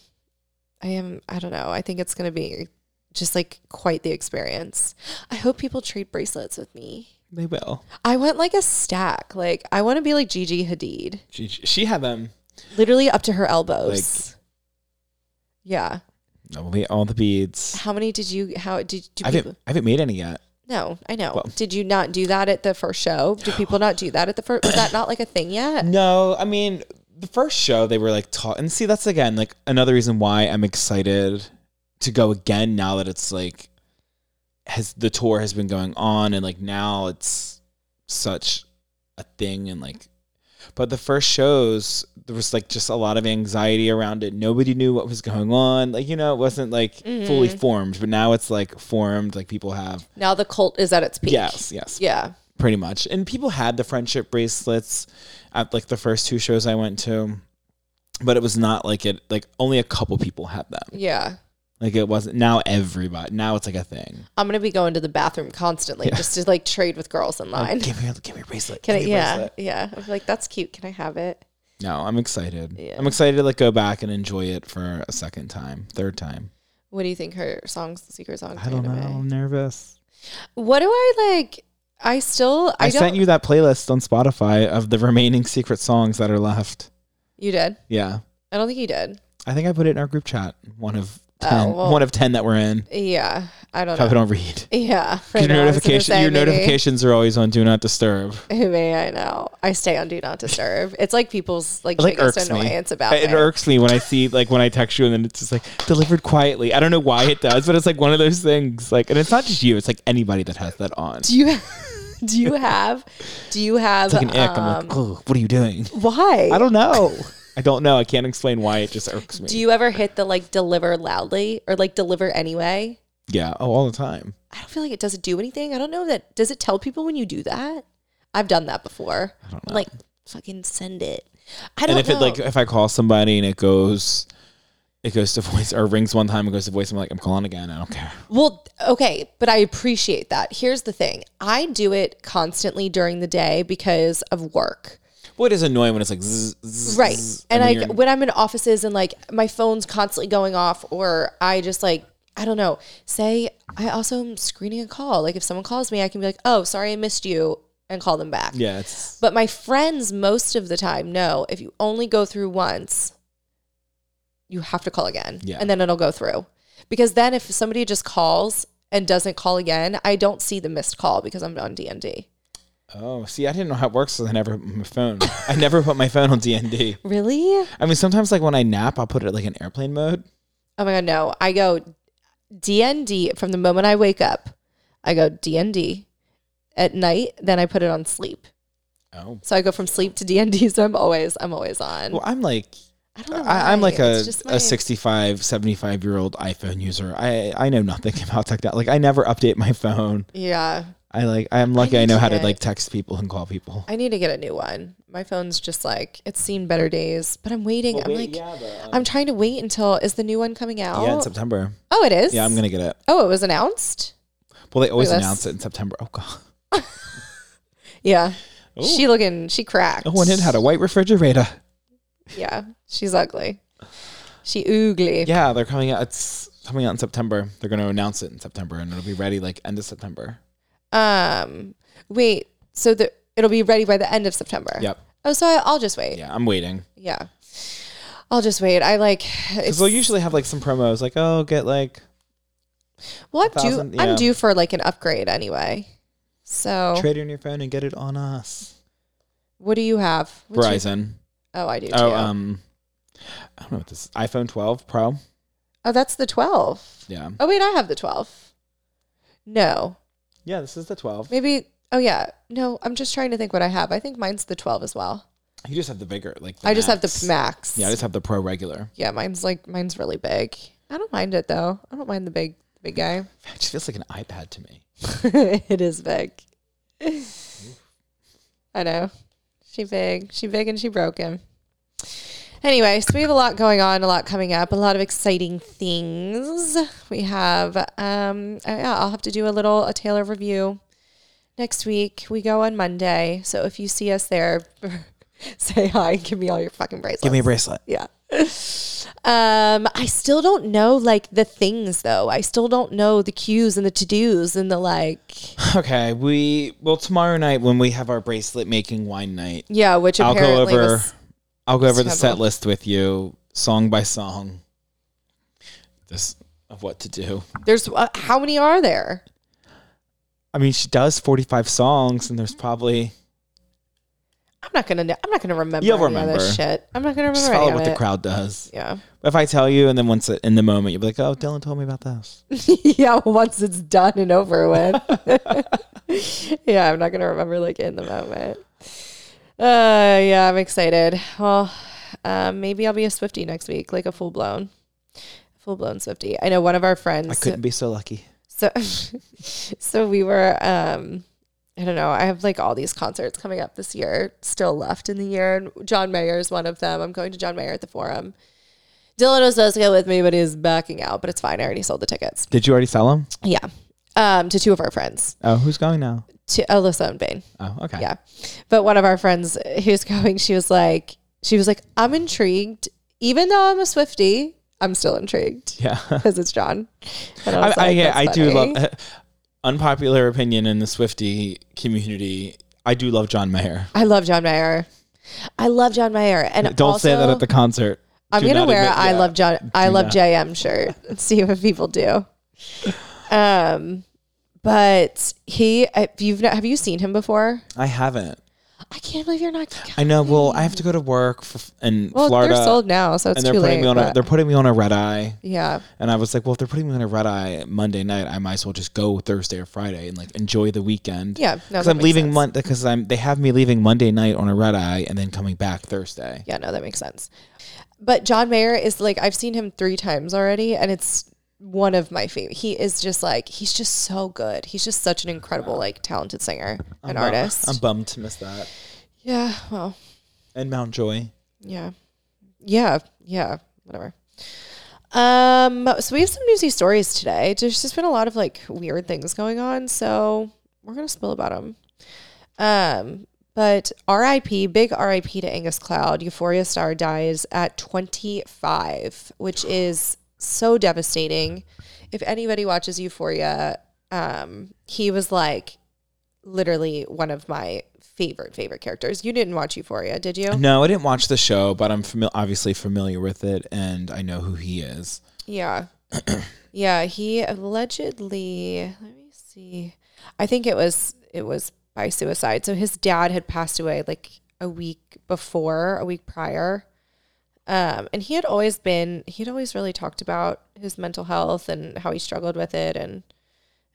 I am I don't know. I think it's going to be just like quite the experience. I hope people trade bracelets with me.
They will.
I want like a stack. Like I want to be like Gigi Hadid,
She, she had them.
literally up to her elbows. yeah.
All the, all the beads.
How many did you how did do
I
people
haven't, I haven't made any yet.
No, I know.
Well-
did you not do that at the first show? Do people not do that at the first was that not like a thing yet?
No, I mean the first show they were like taught, and see that's again like another reason why I'm excited to go again now that it's like has the tour has been going on and like now it's such a thing and like but the first shows there was like just a lot of anxiety around it nobody knew what was going on like you know it wasn't like fully formed but now it's like formed like people have
Now the cult is at its peak.
yes yes
Yeah.
pretty much. And people had the friendship bracelets at like the first two shows I went to, but it was not like it like only a couple people had them.
Yeah.
Like it wasn't now everybody. Now it's like a thing.
I'm gonna be going to the bathroom constantly just to like trade with girls in line.
Oh, Give me, your- give me your bracelet.
Can I,
give me your
yeah,
bracelet.
yeah. I'm like, that's cute. Can I have it?
No, I'm excited.
Yeah.
I'm excited to like go back and enjoy it for a second time, third time.
What do you think her song's secret song's
I don't know.
gonna
I'm nervous.
be? What do I like? I still I,
I,
don't.
sent you that playlist on Spotify of the remaining secret songs that are left.
You did.
Yeah.
I don't think you did.
I think I put it in our group chat. One of
Oh,
ten.
well-
one of ten that we're in.
Yeah. I don't know.
Probably don't read.
yeah. I
Your
know, I was gonna
notification,
say,
your
maybe-
notifications are always on do not disturb.
Maybe I know. I stay on Do Not Disturb. It's like people's like,
It, like,
biggest
irks me.
annoyance about
It
it.
irks me when I see like when I text you and then it's just like delivered quietly. I don't know why it does, but it's like one of those things. Like, and it's not just you; it's like anybody that has that on.
do you do you have do you have
It's like an ick. I'm
um,
like, oh, what are you doing?
why?
I don't know. I don't know. I can't explain why it just irks me.
Do you ever hit the like deliver loudly or like deliver anyway?
yeah. Oh, all the time.
I don't feel like it doesn't do anything. I don't know that does it tell people when you do that? I've done that before. I
don't
Like fucking send it. I don't
And if
know.
it like if I call somebody and it goes, it goes to voice or rings one time and goes to voice. I'm like, I'm calling again. I don't care.
well, okay, but I appreciate that. Here's the thing. I do it constantly during the day because of work.
Well, it is annoying when it's like zzz, zzz,
Right.
zzz,
And
when
I
you're-
when I'm in offices and like my phone's constantly going off or I just like I don't know. Say I also am screening a call. Like if someone calls me, I can be like, "Oh, sorry, I missed you," and call them back.
Yeah, it's
But my friends, most of the time, know if you only go through once, you have to call again.
Yeah.
And then it'll go through. Because then if somebody just calls and doesn't call again, I don't see the missed call because I'm on DND.
oh, see, I didn't know how it works, so I never put my phone. I never put my phone on DND.
Really?
I mean, sometimes like when I nap, I'll put it like in airplane mode.
Oh my God, no. I go DND from the moment I wake up. I go DND at night, then I put it on sleep.
Oh,
So I go from sleep to DND, so I'm always I'm always on.
well, I'm like
I don't know.
I, I'm
why.
like a,
It's just my-
a 65, 75 year old iPhone user. I, I know nothing about technology. Like I never update my phone.
Yeah.
I like, I'm lucky I,
need
know
to
how to
get-
like text people and call people.
I need to get a new one. My phone's just like it's seen better days, but I'm waiting. I'm like I'm trying to wait until is the new one coming out?
yeah, in September.
oh, it is.
Yeah, I'm going to get it.
Oh, it was announced.
Well, they always
Look at this.
announce it in September. Oh God.
Yeah,
Oh.
she looking she cracked.
Oh, and it had a white refrigerator.
yeah, she's ugly. She oogly.
Yeah, they're coming out. It's coming out in September. They're going to announce it in September and it'll be ready like end of September.
Um, wait. So the it'll be ready by the end of September.
Yep.
Oh, so I, I'll just wait. Yeah.
Yeah, I'm waiting.
I'll just wait. I like
Because
it's,
they'll usually have like some promos like, oh, get like
well, I'm due.
1,000, yeah.
I'm due for like an upgrade anyway. So
trade in your phone and get it on us.
what do you have? What's your-
Verizon.
oh, I do. Too.
Oh, um, I don't know what this iPhone 12 Pro.
Oh, that's the 12.
Yeah,
Oh, wait, I have the 12. No,
yeah, this is the 12.
maybe. Oh, yeah. No, I'm just trying to think what I have. I think mine's the 12 as well.
You just have the bigger, like the
I just have
Max.
the max.
Yeah, I just have the Pro regular.
yeah, mine's like, mine's really big. I don't mind it though. I don't mind the big, big guy.
It just feels like an iPad to me.
it is big. I know. She big. She big and she broken. Anyway, so we have a lot going on, a lot coming up, a lot of exciting things. We have um oh yeah, I'll have to do a little a Taylor review next week. We go on Monday. So if you see us there, say hi and give me all your fucking bracelets.
Give me a bracelet.
Yeah. Um, I still don't know like the things though. I still don't know the cues and the to dos and the like.
Okay, we well tomorrow night when we have our bracelet making wine night,
Yeah, which
I'll go
apparently
over.
was
I'll go over the set
scheduled.
list with you, song by song. This of what to do.
there's uh, how many are there?
I mean, she does 45 songs, and there's probably
I'm not gonna know. I'm not gonna remember.
You'll
any of this shit. I'm not gonna remember.
just
any
follow
of
what the
it.
crowd does.
Yeah,
If I tell you, and then once it, in the moment you'll be like, "Oh, Dylan told me about this."
yeah. Once it's done and over with. yeah, I'm not gonna remember like in the moment. Uh, yeah, I'm excited. Well, um, maybe I'll be a Swifty next week, like a full blown, full blown Swifty. I know one of our friends.
I couldn't be so lucky.
so so we were um I don't know. I have like all these concerts coming up this year, still left in the year. And John Mayer is one of them. I'm going to John Mayer at the Forum. Dylan was supposed to go with me, but he's backing out. But it's fine. I already sold the tickets.
Did you already sell them?
Yeah, um, to two of our friends,
Oh, who's going now?
to Alyssa and Bain.
Oh, okay.
Yeah. But one of our friends who's going, she was like, she was like, I'm intrigued. Even though I'm a Swifty, I'm still intrigued
Yeah.
because it's John. And
I,
was
I,
like,
yeah,
"That's
I do
funny."
love unpopular opinion in the Swifty community. I do love John Mayer.
I love John Mayer. I love John Mayer, and
Don't say that
also,
at the concert.
I'm
Do
gonna
not
wear
admit-
I
yeah.
love John. I love
not.
JM shirt and see what people do. Um, but he, if you've not, have you seen him before?
I haven't.
I can't believe you're not.
I know. Well, I have to go to work for, in
Well,
Florida,
they're sold now, so it's
and they're
too
putting
late.
me on a
but-
they're putting me on a red eye.
yeah,
And I was like, well, if they're putting me on a red eye Monday night, I might as well just go Thursday or Friday and like enjoy the weekend.
yeah. No,
Because
that
I'm
makes
leaving
sense.
Monday. Because I'm they have me leaving Monday night on a red eye and then coming back Thursday.
Yeah, no, that makes sense. But John Mayer is like I've seen him three times already, and it's one of my favorite. He is just like he's just so good. He's just such an incredible, like talented singer and
I'm bu-
artist.
I'm bummed to miss that.
yeah, well,
And Mountjoy.
yeah, yeah, yeah, whatever. Um, so we have some newsy stories today. There's just been a lot of like weird things going on, so we're gonna spill about them. Um, but RIP, big RIP to Angus Cloud. Euphoria star dies at 25, which is so devastating. if anybody watches Euphoria, um, he was like literally one of my favorite favorite characters. You didn't watch Euphoria, did you?
No, I didn't watch the show, but I'm fami- obviously familiar with it, and I know who he is.
Yeah. yeah, he allegedly, let me see. I think it was it was by suicide. So his dad had passed away like a week before, a week prior. Um, and he had always been he'd always really talked about his mental health and how he struggled with it and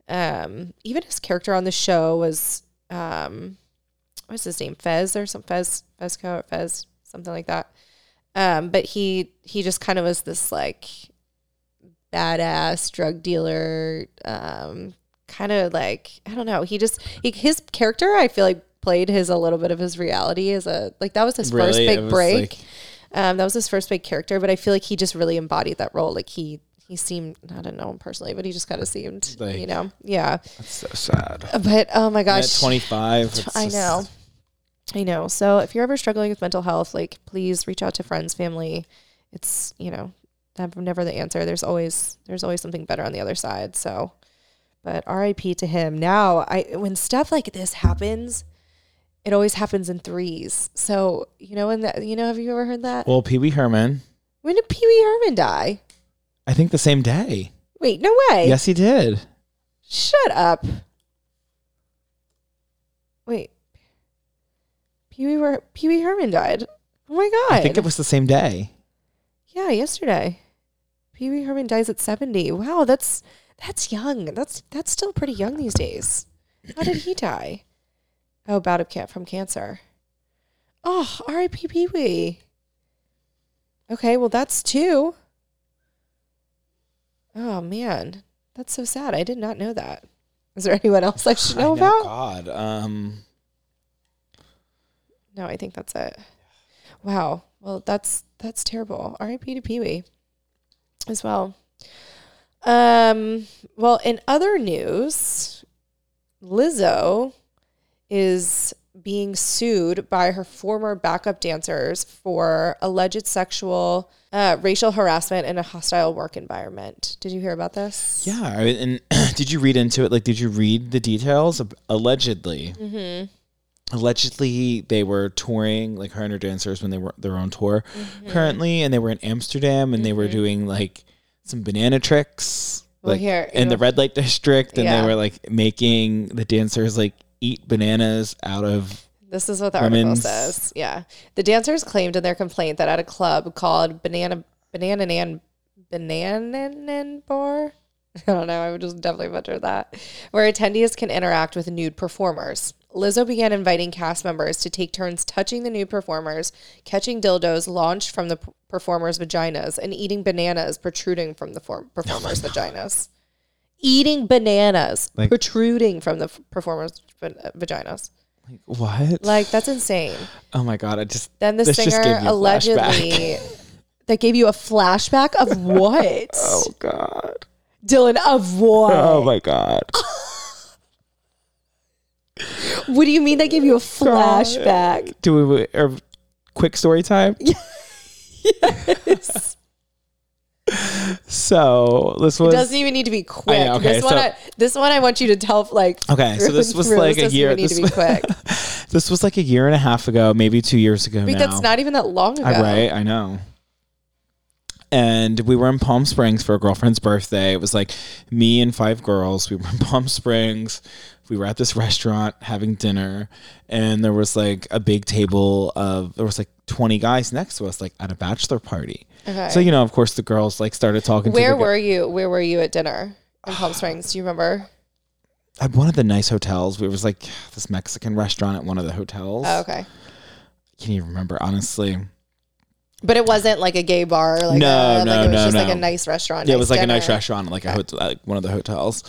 um even his character on the show was um what's his name? Fez or some Fez Fezco or Fez, something like that. Um, but he he just kind of was this like badass drug dealer, um, kind of like I don't know. He just he, his character I feel like played his a little bit of his reality as a like that was his first
Really? It
big
was
break.
like-
um, that was his first big character, but I feel like he just really embodied that role. Like he he seemed I don't know him personally, but he just kind of seemed you
Like-
know yeah.
That's so sad.
But oh my
At
gosh,
25,
Tw-
it's
I
just-
know. I know. So if you're ever struggling with mental health, like please reach out to friends, family. It's, you know, that's never the answer. There's always there's always something better on the other side. So but RIP to him. Now I when stuff like this happens, it always happens in threes. So, you know, in that you know, have you ever heard that?
Well, Pee Wee Herman,
when did Pee Wee Herman die?
I think the same day.
Wait, no way.
Yes, he did.
Shut up. Wait. Pee Wee Her- Pee Wee Herman died. Oh my god.
I think it was the same day.
Yeah, yesterday. Pee Wee Herman dies at 70. Wow, that's that's young. That's that's still pretty young these days. How did he die? Oh, bout of cat from cancer. Oh, R.I.P. Pee Wee. Okay, well that's two. Oh man, that's so sad. I did not know that. Is there anyone else I should know
I
about?
God. Um,
No, I think that's it. Wow. Well, that's that's terrible. R.I.P. to Pee Wee, as well. Um. Well, in other news, Lizzo is being sued by her former backup dancers for alleged sexual, uh, racial harassment in a hostile work environment. Did you hear about this?
yeah. I- And did you read into it? Like, did you read the details? Ab- Allegedly,
Mm-hmm.
allegedly they were touring like her and her dancers when they were their own tour
Mm-hmm.
currently and they were in amsterdam and they were doing like some banana tricks
Well,
like
here-
in the
ew.
red light district and
Yeah.
they were like making the dancers like eat bananas out of
This is what the article
Women's-
says. Yeah. The dancers claimed in their complaint that at a club called Banana Banana Nan Bananan Bar. I don't know. I would just definitely butcher that. Where attendees can interact with nude performers. Lizzo began inviting cast members to take turns touching the nude performers, catching dildos launched from the p- performers' vaginas, and eating bananas protruding from the form- performers' vaginas. Eating bananas
Oh Like-
protruding from the f- performers' va- vaginas.
like what
Like that's insane.
oh my god i just
Then the
This just
singer
gave you a
allegedly that gave you a flashback of what?
oh god
Dylan, of what?
oh my god
What do you mean that gave
Oh,
you a flashback?
do we or quick story time
Yes.
so this was
Doesn't even need to be quick.
I know, okay,
this one,
so-
I, this one, I want you to tell like.
Okay, so
through
this
and
was
through.
like a
This doesn't
year.
even need
This,
to be quick.
this was like a year and a half ago, maybe two years ago
Wait,
now.
that's not even that long ago.
I, right, I know. And we were in Palm Springs for a girlfriend's birthday. It was like me and five girls. We were in Palm Springs. We were at this restaurant having dinner, and there was like a big table of there was like twenty guys next to us, like at a bachelor party.
Okay.
So you know, of course, the girls like started talking. to
Where
the gu-
were you? Where were you at dinner in Palm Springs? Do you remember?
at one of the nice hotels? It was like this Mexican restaurant at one of the hotels.
Oh, okay.
Can you remember honestly?
But it wasn't like a gay bar. Like
No,
a,
no,
like it was
no,
just like
no.
a nice restaurant.
Yeah, it was like
dinner.
a nice restaurant, like a hotel, like one of the hotels.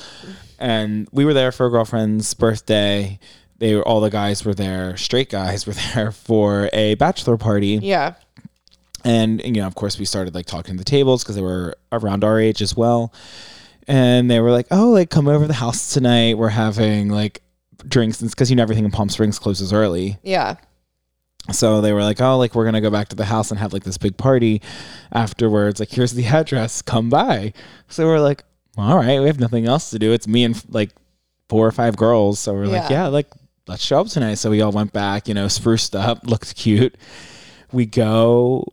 And we were there for a girlfriend's birthday. They were all the guys were there, straight guys were there for a bachelor party.
Yeah.
And you know, of course, we started like talking to the tables because they were around our age as well. And they were like, "Oh, like come over to the house tonight. We're having like drinks because you know everything in Palm Springs closes early."
Yeah.
So they were like, oh, like we're gonna go back to the house and have like this big party afterwards. Like, here's the address, come by. So we're like, well, all right, we have nothing else to do. It's me and like four or five girls. So we're like,
Yeah.
yeah, like let's show up tonight. So we all went back, you know, spruced up, looked cute. We go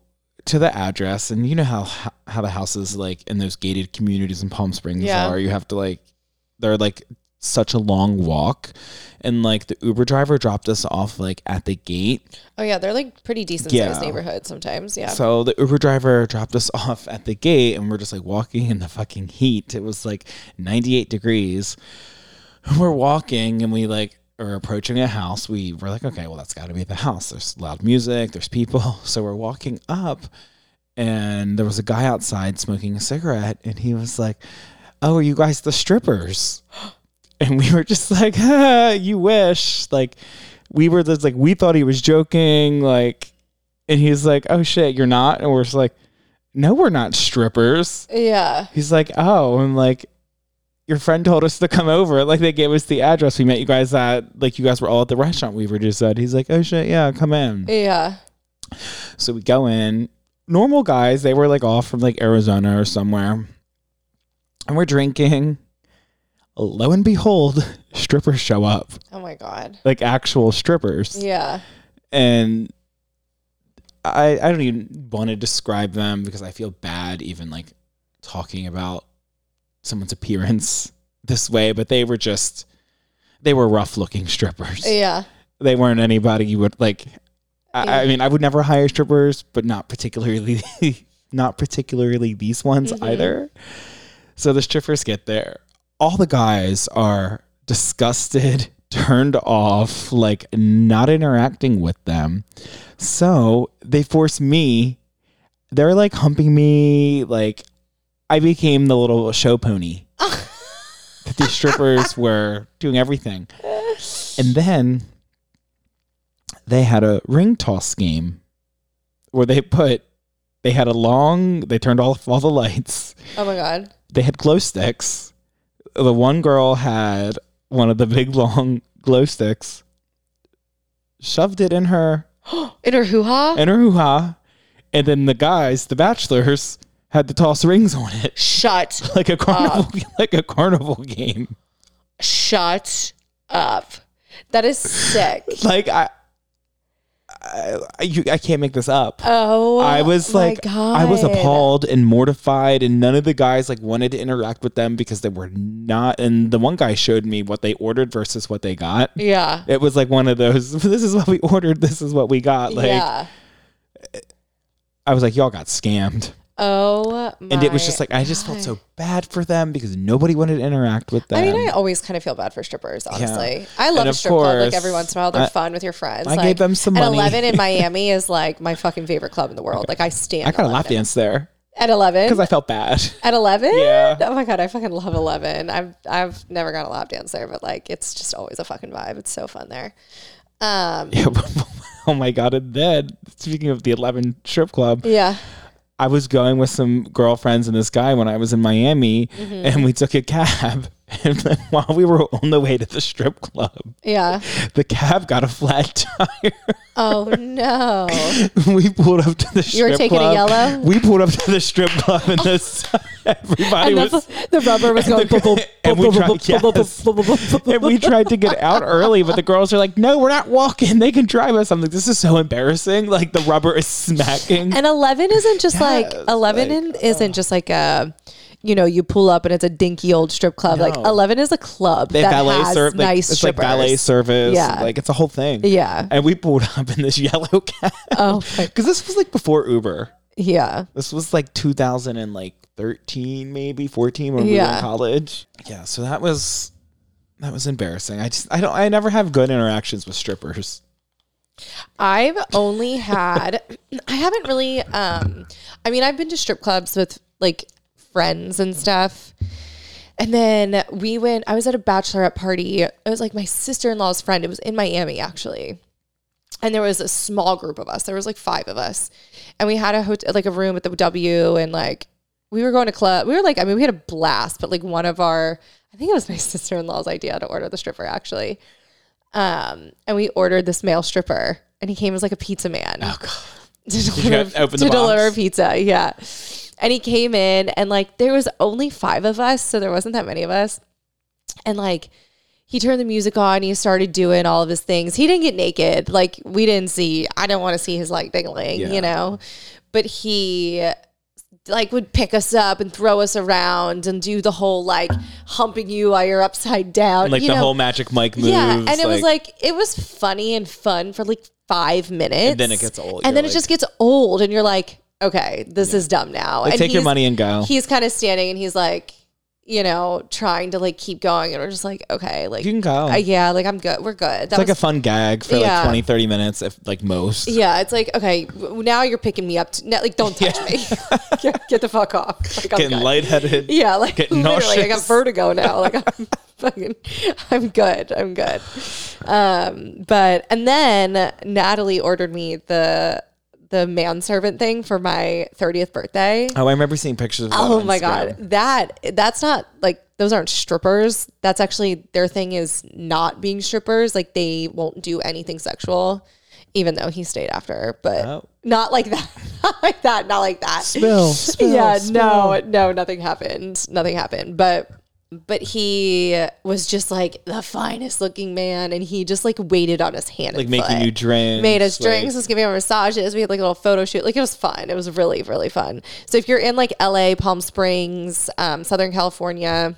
to the address, and you know how how the houses like in those gated communities in Palm Springs
Yeah.
are. You have to like they're like such a long walk, and like the Uber driver dropped us off like at the gate,
Oh yeah, they're like pretty decent
Yeah.
sized neighborhood sometimes. Yeah.
so the Uber driver dropped us off at the gate and we're just like walking in the fucking heat. It was like 98 degrees. We're walking and we like are approaching a house. We were like, okay, well, that's got to be the house. There's loud music, there's people. So we're walking up and there was a guy outside smoking a cigarette and he was like, oh, are you guys the strippers? And we were just like, ah, you wish. Like, we were just like, we thought he was joking. Like, and he's like, "Oh shit, you're not." And we're just like, "No, we're not strippers."
yeah.
He's like, "Oh," and like, your friend told us to come over. Like they gave us the address. We met you guys at like you guys were all at the restaurant we were just at. He's like, "Oh shit, yeah, come in."
Yeah.
So we go in. Normal guys, they were like off from like Arizona or somewhere, and we're drinking. Lo and behold, strippers show up,
Oh my god.
like actual strippers
Yeah.
and I I don't even want to describe them because I feel bad even like talking about someone's appearance this way, but they were just they were rough looking strippers.
Yeah.
They weren't anybody you would like. I, I mean, I would never hire strippers, but not particularly not particularly these ones
Mhm.
either. So the strippers get there. All the guys are disgusted, turned off, like not interacting with them. So they force me. They're like humping me. Like I became the little show pony.
Oh
that these strippers were doing everything. And then they had a ring toss game where they put they had a long they turned off all the lights
Oh my god.
they had glow sticks. The one girl had one of the big long glow sticks, shoved it in her
In her hoo ha.
in her hoo ha, and then the guys, the bachelors, had to toss rings on it
Shut.
like a carnival, like a carnival game.
Shut up. That is sick.
Like I, I, you, I can't make this up.
Oh.
I was
my
like, I was
God.
appalled and mortified, and none of the guys like wanted to interact with them because they were not. And the one guy showed me what they ordered versus what they got.
Yeah.
It was like one of those. This is what we ordered. This is what we got. Like
yeah.
I was like, y'all got scammed,
Oh my.
and it was just like I just felt so bad for them because nobody wanted to interact with them.
I mean, I always kind of feel bad for strippers, honestly. I love
And
a
of
strip club. Like
course,
every once in a while, they're
I-
fun with your friends.
I
like,
gave them some
and
money.
11 in Miami is like my fucking favorite club in the world. Like I stand.
I got a lap
11.
dance there
At 11?
because I felt bad.
At 11?
Yeah.
Oh my God, I fucking love 11. I've, I've never gone a lap dance there, but like it's just always a fucking vibe. It's so fun there. Um,
Yeah, oh my god! And then speaking of the eleven strip club,
yeah.
I was going with some girlfriends and this guy when I was in Miami,
Mm-hmm.
and we took a cab. And then while we were on the way to the strip club,
Yeah.
the cab got a flat tire.
Oh no.
we pulled up to the strip
You were taking a
club.
yellow?
We pulled up to the strip club and this everybody
And the,
was
the rubber was going. boop, boop,
and we
boop,
tried-
boop, boop, boop,
yes.
boop, boop, boop, boop.
and we tried to get out early, but the girls are like, "No, we're not walking. They can drive us." I'm like, "This is so embarrassing. Like the rubber is smacking."
And eleven isn't just like
Yes,
eleven
like, uh.
in, isn't just like a, you know, you pull up and it's a dinky old strip club. Like
No.
eleven is a club
They
that
have ballet
has
serv- like,
nice
it's
strippers.
like ballet service.
Yeah.
like it's a whole thing.
Yeah.
And we pulled up in this yellow cab
Oh my,
because this was like before Uber.
yeah.
This was like 2013, maybe 14 when we were
Yeah.
in college. Yeah, so that was that was embarrassing. I just I don't I never have good interactions with strippers.
I've only had I haven't really um I mean I've been to strip clubs with like friends and stuff. And then we went I was at a bachelorette party. It was like my sister-in-law's friend. It was in Miami actually. And there was a small group of us. There was like 5 of us. And we had a hotel like a room at the W and like we were going to club. We were like I mean we had a blast, but like one of our I think it was my sister-in-law's idea to order the stripper actually um, and we ordered this male stripper, and he came as like a pizza man
Oh, God.
to
you
deliver,
open the
to
box?
deliver pizza. Yeah, And he came in, and like there was only five of us, so there wasn't that many of us. And like he turned the music on, he started doing all of his things. He didn't get naked. Like we didn't see. I didn't want to see his leg dangling,
Yeah.
you know. But he like would pick us up and throw us around and do the whole like humping you while you're upside down,
And, like
you
the
know?
whole magic Mike moves.
Yeah, and it was like it was funny and fun for like five minutes,
then it gets old.
and
You're
then
like-
it just gets old, and you're like, okay, this is dumb now.
Like,
and
take your
he's-
money and go.
He's kind of standing, and he's like, you know, trying to like keep going, and we're just like, okay, like
you can go.
uh, yeah, like I'm good, we're good. That
Oh. it's like
was-
a fun gag for like
Yeah.
20, 30 minutes, if like most.
yeah, it's like okay, w- now you're picking me up. To, now, like, don't touch me. get, get the fuck off. Like, I'm
Getting
good.
lightheaded.
Oh, Yeah, like
Getting
literally, I got
nauseous.
vertigo now. Like I'm fucking, I'm good. I'm good. Um, but and then Natalie ordered me the the manservant thing for my thirtieth birthday.
Oh, I remember seeing pictures of that
Oh
on
my
Instagram.
god, that that's not like those aren't strippers. That's actually their thing is not being strippers. Like they won't do anything sexual, even though he stayed after. But
Oh.
not like that, not like that, not like that
Spill, spill.
yeah
spill.
no no nothing happened nothing happened but but he was just like the finest looking man and he just like waited on his hand
Like
and
making
foot.
you drink.
made us drinks was giving our massages we had like a little photo shoot like it was fun it was really really fun so if you're in like la palm springs um, southern california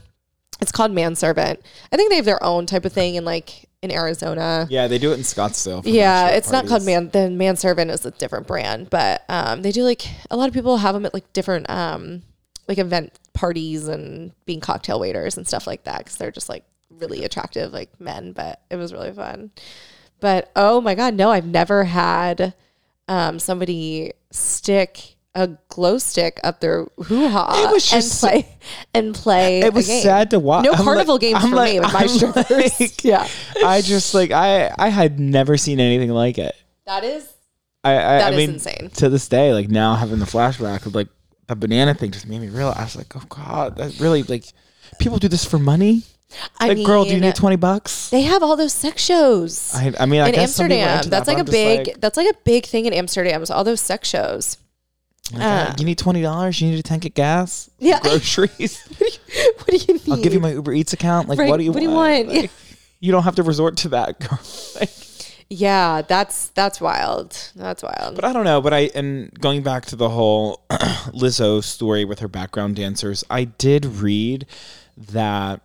it's called manservant i think they have their own type of thing in like in arizona
Yeah, they do it in Scottsdale. for
yeah,
bachelor
it's not called
parties.
man. The manservant is a different brand, but um, they do like a lot of people have them at like different um, like event parties and being cocktail waiters and stuff like that because they're just like really attractive like men. But it was really fun. But oh my god, no, I've never had um, somebody stick a glow stick up their hoo ha
It was
and
just-
play and play.
It was
a game.
sad to watch.
No
I'm
carnival
like-
games
I'm
for
like-
me with my
I'm
strippers.
like-
yeah,
I just like I I had never seen anything like it.
that is
I, I,
That
I
is
mean,
insane.
To this day, like now having the flashback of like a banana thing just made me realize. I was like, oh god, that really like people do this for money.
I
like, girl, do you
mean-
need twenty bucks?
They have all those sex shows
I, I mean, I
in
guess some people are
Amsterdam.
into
That's
that,
like a
but I'm just
big. that's like a big thing in Amsterdam. Is all those sex shows.
like, oh my God, you need twenty dollars. You need a tank of gas.
uh, Yeah.
groceries.
what do you need?
I'll give you my Uber Eats account. Like,
Right,
what do you
what do you
want?
want? Yeah.
Like, you don't have to resort to that. Girl. Like,
yeah, that's that's wild. That's wild.
But I don't know. But I and going back to the whole Lizzo story with her background dancers, I did read that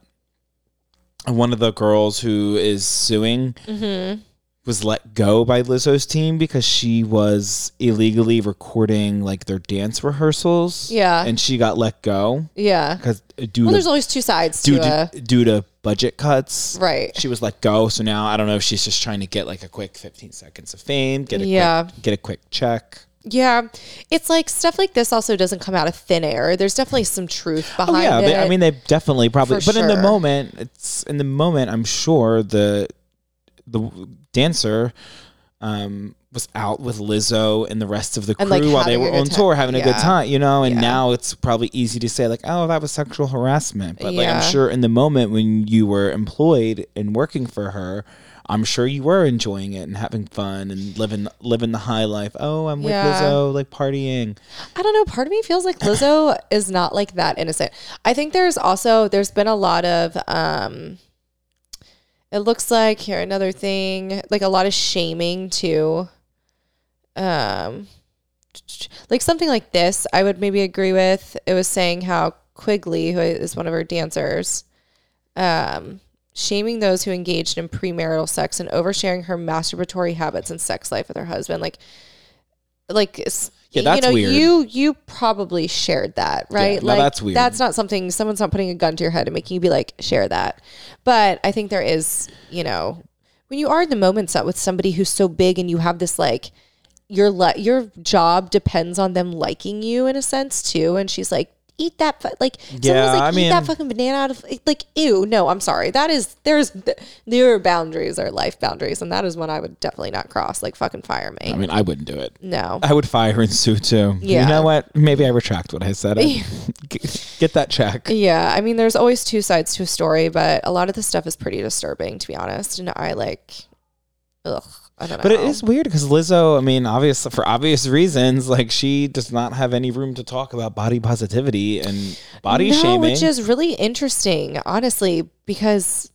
one of the girls who is suing
Mm-hmm.
was let go by Lizzo's team because she was illegally recording like their dance rehearsals.
Yeah.
and she got let go
yeah.
because due
Well, there's
to
always two sides
due
to uh, a
to, due to budget cuts.
right.
She was let go, so now I don't know if she's just trying to get like a quick 15 seconds of fame, get a
Yeah.
quick, get a quick check.
Yeah, it's like stuff like this also doesn't come out of thin air. There's definitely some truth behind
Oh yeah,
it.
they, I mean they definitely probably,
For
but in the
sure.
moment, it's in the moment. I'm sure the the dancer um, was out with Lizzo and the rest of the crew
And, like,
while they
having
were
a good
on
ti-
tour, having a good
yeah.
time, you know. And
Yeah.
now it's probably easy to say like, oh, that was sexual harassment, but like
Yeah.
I'm sure in the moment when you were employed and working for her. I'm sure you were enjoying it and having fun and living living the high life. Oh, I'm with
Yeah.
Lizzo, like partying.
I don't know. Part of me feels like Lizzo is not like that innocent. I think there's also there's been a lot of um it looks like here another thing, like a lot of shaming too. Um like something like this, I would maybe agree with. It was saying how Quigley, who is one of her dancers, um, shaming those who engaged in premarital sex and oversharing her masturbatory habits and sex life with her husband. Like, like s-
Yeah, that's
you know,
weird.
you you probably shared that, right?
Yeah, no,
like
that's weird.
That's not something someone's not putting a gun to your head and making you be like share that. But I think there is, you know, when you are in the moment set with somebody who's so big and you have this like your li- your job depends on them liking you in a sense too. And she's like, eat that fu-. like someone's
Yeah,
like
I
eat
mean-
that fucking banana out of like ew. No, I'm sorry. That is there's there are boundaries or life boundaries, and that is one I would definitely not cross. Like fucking fire me.
I mean, I wouldn't do it.
no.
I would fire and sue too. You
Yeah.
know what? Maybe I retract what I said. I- get, get that check.
Yeah, I mean, there's always two sides to a story, but a lot of this stuff is pretty disturbing, to be honest. And I like, ugh, I don't know.
But it is weird because Lizzo, I mean, obvious for obvious reasons, like she does not have any room to talk about body positivity and body
no,
shaming.
which is really interesting, honestly, because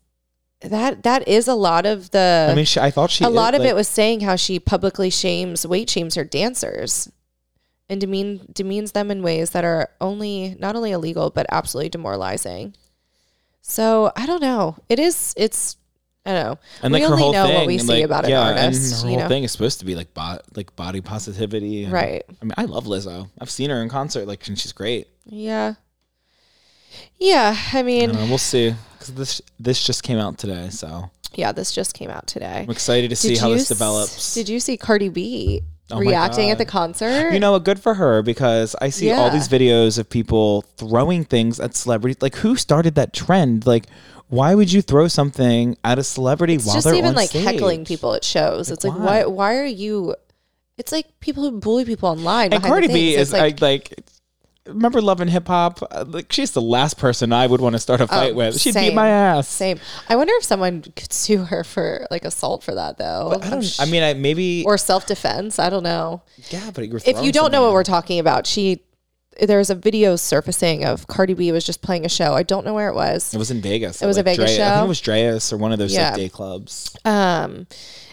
that that is a lot of the.
I mean, she, I thought she
a lot of
like,
it was saying how she publicly shames, weight shames her dancers, and demean demeans them in ways that are only not only illegal but absolutely demoralizing. So I don't know. It is. It's. I don't know.
and
we
like her
only
whole
know
thing,
what we
and,
see
like,
about an
yeah,
artist,
And her
you
whole
know?
thing is supposed to be like bo- like body positivity, and-
Right.
I mean, I love Lizzo. I've seen her in concert, like, and she's great.
Yeah. Yeah. I
And
mean,
we'll see because this this just came out today, so
yeah. This just came out today.
I'm excited to see
Did
how
you
this
s-
develops.
Did you see Cardi B
Oh my
reacting at
God.
the concert?
You know what? Good for her because I see all
Yeah.
these videos of people throwing things at celebrities. Like, who started that trend? Like, why would you throw something at a celebrity
it's
while
just
they're
even
on
like
stage?
heckling people at shows. it's like
why?
why? Why are you? It's like people who bully people online.
And
behind
Cardi
the
B
scenes. It's
is
like,
like, like remember Love and Hip Hop? Uh, Like, she's the last person I would want to start a fight with. She'd beat
Oh, same.
my ass.
same. I wonder if someone could sue her for like assault for that though,
I don't. I mean, I maybe.
or self defense. I don't know.
yeah, but you're
if you
throwing
don't know
something
what we're talking about, she there's a video surfacing of Cardi B was just playing a show. I don't know where it was.
It was in Vegas. It
was a Vegas
I think
show?
it was Dreas or one of those like,
Yeah.
day clubs.
Um,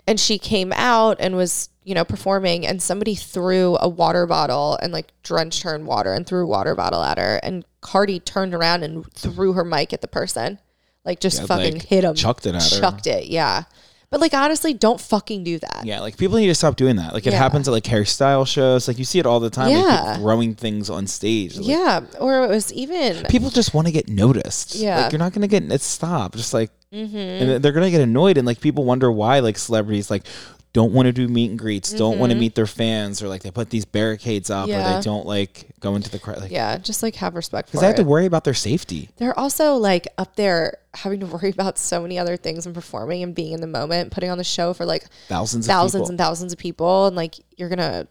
and she came out and was, you know, performing, and somebody threw a water bottle and like drenched her in water and threw a water bottle at her. And Cardi turned around and threw her mic at the person, like just
Yeah,
fucking
like,
hit him,
chucked it at her.
chucked it, yeah. But like honestly, don't fucking do that.
Yeah, like people need to stop doing that. Like it
Yeah.
happens at like hairstyle shows. Like you see it all the time. like,
Yeah.
people throwing things on stage. Like,
Yeah, or it was even
People just want to get noticed.
Yeah. Mm-hmm.
Like you're not gonna get it's stop. Just like and they're gonna get annoyed and like people wonder why like celebrities like don't want to do meet and greets, don't want to meet their fans, or like they put these barricades up or
Mm-hmm. Yeah.
they don't like go into the crowd. Like,
yeah, just like have respect for
Because they have
it.
to worry about their safety.
They're also like up there having to worry about so many other things and performing and being in the moment, putting on the show for like
Thousands,
thousands
of people.
and thousands of people and like you're gonna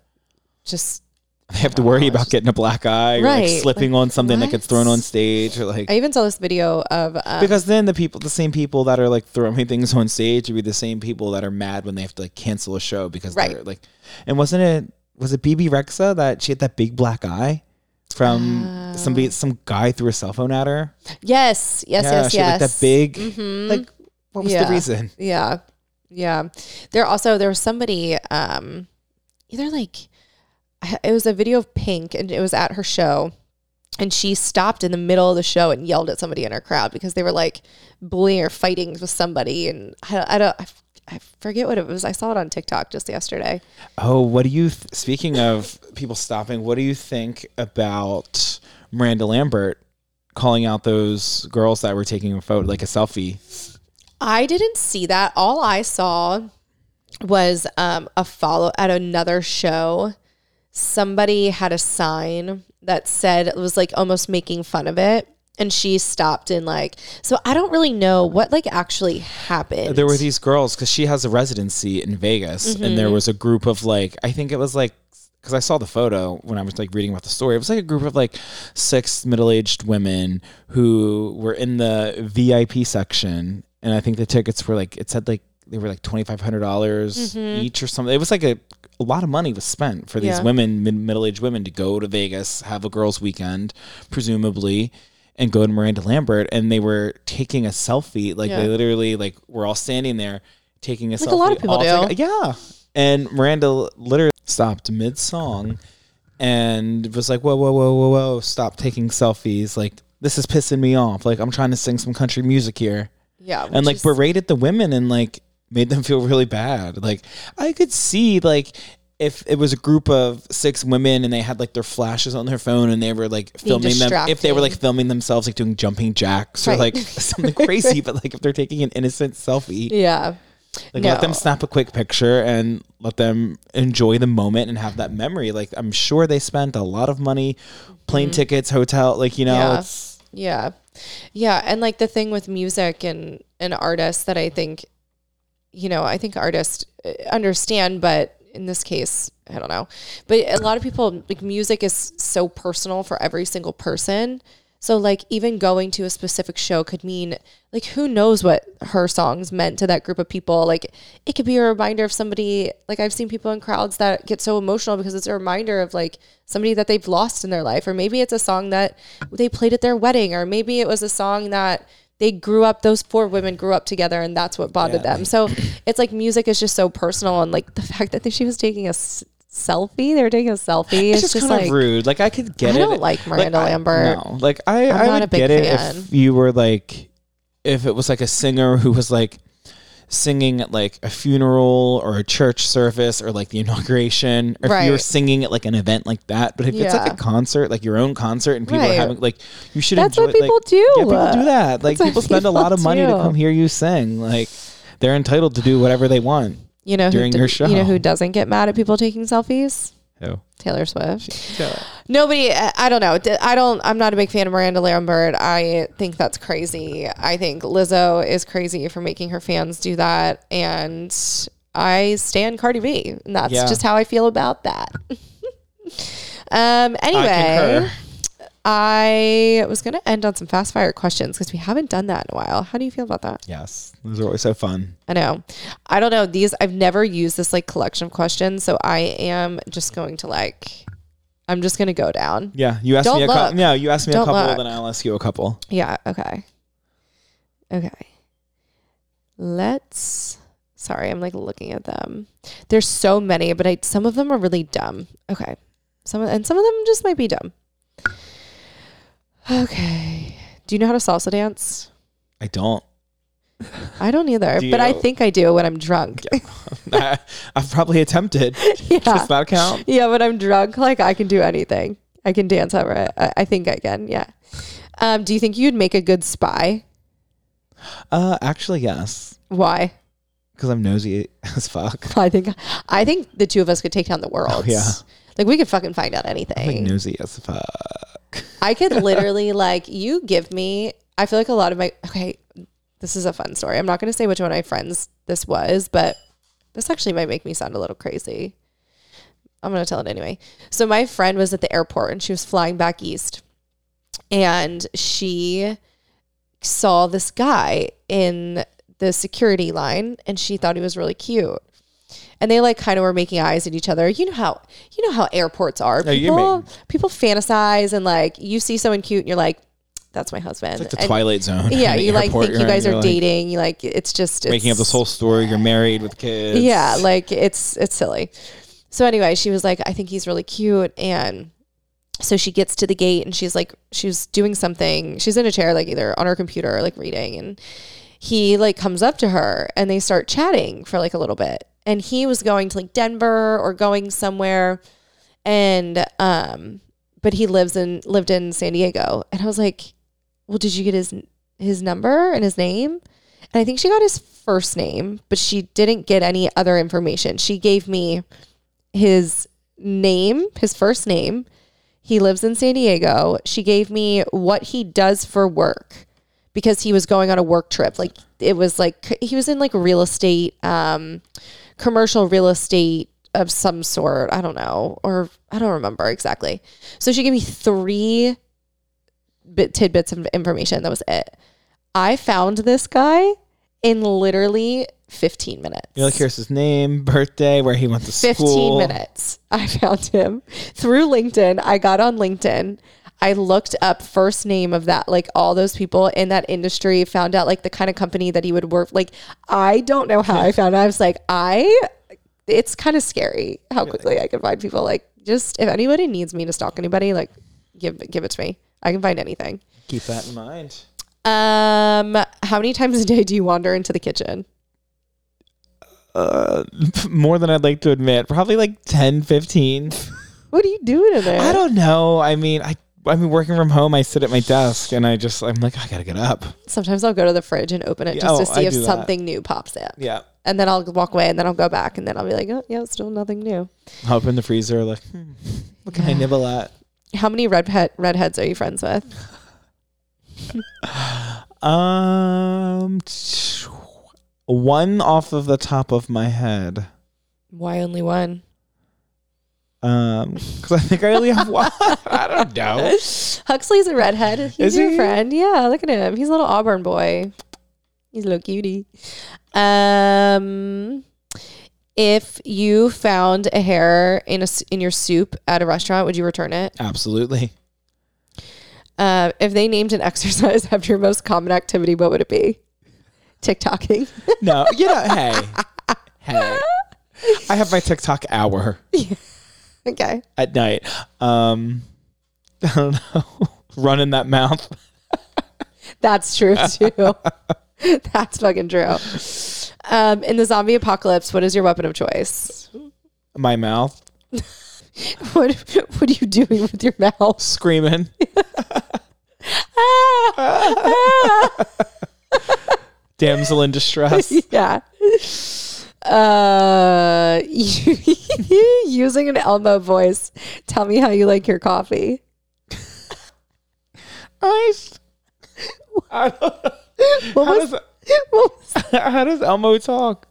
just
they have to worry about getting a black eye or like
Right,
slipping on something that gets
what?
thrown on stage or like
i even saw this video of um,
Because then the people, the same people that are like throwing things on stage, would be the same people that are mad when they have to like cancel a show because
Right.
they're like, and wasn't it was it BB Rexa that she had that big black eye from
Ah.
somebody some guy threw a cell phone at her?
yes yes yes
she had,
yes Mm-hmm.
like that big like what was
Yeah.
the reason?
yeah yeah there also there was somebody um either like it was a video of pink and it was at her show and she stopped in the middle of the show and yelled at somebody in her crowd because they were like bullying or fighting with somebody and i, I don't I, f- I forget what it was i saw it on tiktok just yesterday
Oh, what do you th- speaking of people stopping? What do you think about Miranda Lambert calling out those girls that were taking a photo, like a selfie?
I didn't see that. All I saw was um, a follow at another show. Somebody had a sign that said it was like almost making fun of it. And she stopped and like, so I don't really know what like actually happened.
there were these girls because she has a residency in Vegas, and there was a group of like I think it was like because I saw the photo when I was like reading about the story. It was like a group of like six middle-aged women who were in the VIP section, and I think the tickets were like it said like they were like twenty five hundred dollars each or something. It was like a a lot of money was spent for these
Yeah.
women, mid- middle-aged women, to go to Vegas, have a girls' weekend, presumably, and go to Miranda Lambert. And they were taking a selfie, like they
Yeah.
literally, like we're all standing there taking a
Like
selfie.
a lot of people
all
do.
together. yeah. And Miranda literally stopped mid-song and was like, "Whoa, whoa, whoa, whoa, whoa! Stop taking selfies! Like this is pissing me off! Like I'm trying to sing some country music here."
yeah.
and
which
like
is-
berated the women and like made them feel really bad. Like I could see like if it was a group of six women and they had like their flashes on their phone and they were like filming them if they were like
distracting.
filming themselves like doing jumping jacks or
Right.
like something crazy but like if they're taking an innocent selfie
yeah.
like let them
No.
snap a quick picture and let them enjoy the moment and have that memory like i'm sure they spent a lot of money plane tickets hotel like you know
Mm-hmm. Yeah.
it's
Yeah. Yeah. And like the thing with music and, and artists that I think, you know, I think artists uh, understand, but in this case, I don't know. But a lot of people, like music is so personal for every single person. So like even going to a specific show could mean like who knows what her songs meant to that group of people. Like it could be a reminder of somebody like I've seen people in crowds that get so emotional because it's a reminder of like somebody that they've lost in their life or maybe it's a song that they played at their wedding or maybe it was a song that they grew up those four women grew up together and that's what bonded
Yeah,
them so it's like music is just so personal and like the fact that she was taking a s- selfie they were taking a selfie
It's
it's,
just,
just
kind
like
of rude. Like I could get it.
I don't like Miranda
I-
Lambert.
no. Like I,
I'm
I
not
would
a big
get it
fan.
if you were like, if it was like a singer who was like singing at like a funeral or a church service or like the inauguration, or if you were
Right.
singing at like an event like that. But if it's like
Yeah.
a concert, like your own concert, and people are
Right.
having like, you should.
That's
enjoy,
what people
like-
do.
Yeah, people do that. Like
what
people spend a
people
lot of money to
do.
come hear you sing. Like they're entitled to do whatever they want.
you know
during
who
her
you know
show.
who doesn't get mad at people taking selfies
Oh.
Taylor Swift nobody I I don't know D- I don't I'm not a big fan of Miranda Lambert I think that's crazy I think Lizzo is crazy for making her fans do that and I stand Cardi B and that's
Yeah.
just how I feel about that um anyway
concur.
I, was gonna end on some fast fire questions because we haven't done that in a while how do you feel about that
Yes, those are always so fun.
I know I don't know these I've never used this like collection of questions so I am just going to like I'm just gonna go down
Yeah, you asked
Don't
me a
look.
couple. No, you asked me
Don't
a couple,
look.
then I'll ask you a couple.
Yeah. Okay. Okay. Let's. Sorry, I'm like looking at them. There's so many, but I some of them are really dumb. Okay. Some of, and some of them just might be dumb. Okay. Do you know how to salsa dance?
I don't.
I don't either,
Do
but I
you?
think I do when I'm drunk.
I, I've probably attempted.
yeah.
Does that count?
Yeah, when I'm drunk, like I can do anything. I can dance over it. I, I think I can. Yeah. Um, do you think you'd make a good spy?
Uh, actually, yes,
Why?
because I'm nosy as fuck.
I think I think the two of us could take down the world.
Oh, yeah.
Like we could fucking find out
I'm like
anything.
nosy as fuck.
I could literally like you give me I feel like a lot of my okay, this is a fun story. I'm not gonna say which one of my friends this was, but this actually might make me sound a little crazy. I'm gonna tell it anyway. So my friend was at the airport and she was flying back east and she saw this guy in the security line and she thought he was really cute. And they like kind of were making eyes at each other. You know how you know how airports are.
No, you
People
mean-
people fantasize and like you see someone cute and you're like, that's my husband.
It's like the
And-
Twilight Zone.
yeah,
in the
you like
airport
think
you're
you
in,
guys
you're,
are
like,
dating. You like it's just it's,
making up this whole story. You're married with kids.
yeah, like it's it's silly. So anyway, she was like, I think he's really cute, and so she gets to the gate and she's like, she was doing something. She's in a chair, like either on her computer, or like reading, and he like comes up to her and they start chatting for like a little bit. And he was going to like Denver or going somewhere, and um, but he lives in lived in San Diego, and I was like, well, did you get his his number and his name? And I think she got his first name, but she didn't get any other information. She gave me his name, his first name. He lives in San Diego. She gave me what he does for work because he was going on a work trip. Like it was like he was in like real estate, um, commercial real estate of some sort. I don't know, or I don't remember exactly. So she gave me three bit tidbits of information. That was it. I found this guy in literally 15 minutes.
You're like, here's his name, birthday, where he went to
15
school.
minutes. I found him through LinkedIn. I got on LinkedIn. I looked up first name of that, like all those people in that industry, found out like the kind of company that he would work. Like, I don't know how I found out. I was like, I, it's kind of scary how quickly I can find people. Like, just if anybody needs me to stalk anybody, like, give give it to me. I can find anything.
Keep that in mind.
Um, how many times a day do you wander into the kitchen?
Uh, more than I'd like to admit. Probably like 10, 15.
What are you doing in there?
I don't know. I mean, I I mean, working from home, I sit at my desk and I just I'm like, "Oh, I gotta get up.
Sometimes I'll go to the fridge and open it
Yeah, oh,
just to
I
see if
do that.
something new pops in.
Yeah,
And then I'll walk away and then I'll go back and then I'll be like, oh, yeah, still nothing new.
hop in the freezer, like, hmm, what can I nibble at?
How many red pet redheads are you friends with?
Um, t- one off of the top of my head.
Why only one?
Um, because I think I only have one. I don't know.
Huxley's a redhead. He's
Is
your
he?
friend. Yeah, look at him. He's a little Auburn boy. He's a little cutie. Um, if you found a hair in a s- in your soup at a restaurant, would you return it?
Absolutely.
Uh, if they named an exercise after your most common activity, what would it be? TikToking.
No, you know, hey, hey. I have my TikTok hour
okay.
at night. Um, I don't know. Running that mouth.
That's true too. That's fucking true. Um, in the zombie apocalypse, what is your weapon of choice?
My mouth
What what are you doing with your mouth?
screaming. Damsel in distress.
yeah. Uh, using an Elmo voice. Tell me how you like your coffee.
Ice. I don't know.
What
How
was,
does,
what was
how does Elmo talk?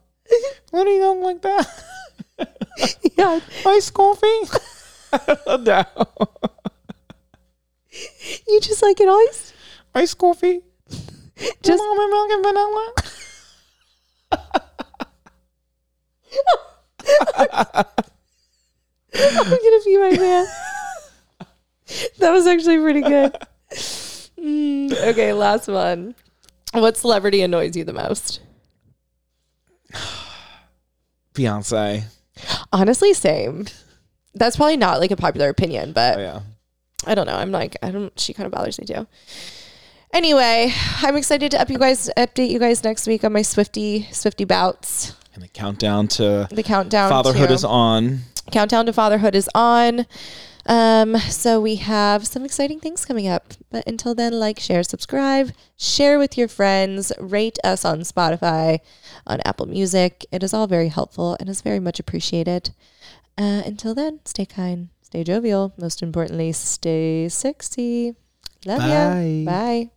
What are you going like that?
yeah,
Ice coffee? I don't know.
you just like it always
Ice coffee?
Just-
Mama milk and vanilla?
I'm gonna be my man. that was actually pretty good. Mm, okay, last one. What celebrity annoys you the most?
Beyonce.
Honestly, same. That's probably not like a popular opinion, but
Oh, yeah.
I don't know. I'm like, I don't. She kind of bothers me too. Anyway, I'm excited to up you guys, update you guys next week on my Swifty Swifty bouts.
And the countdown to
The countdown.
fatherhood
to,
is on.
countdown to fatherhood is on. Um, so we have some exciting things coming up. But until then, like, share, subscribe, share with your friends, rate us on Spotify, on Apple Music. It is all very helpful and is very much appreciated. Uh, until then, stay kind, stay jovial, most importantly, stay sexy. Love ya.
Bye.
Bye.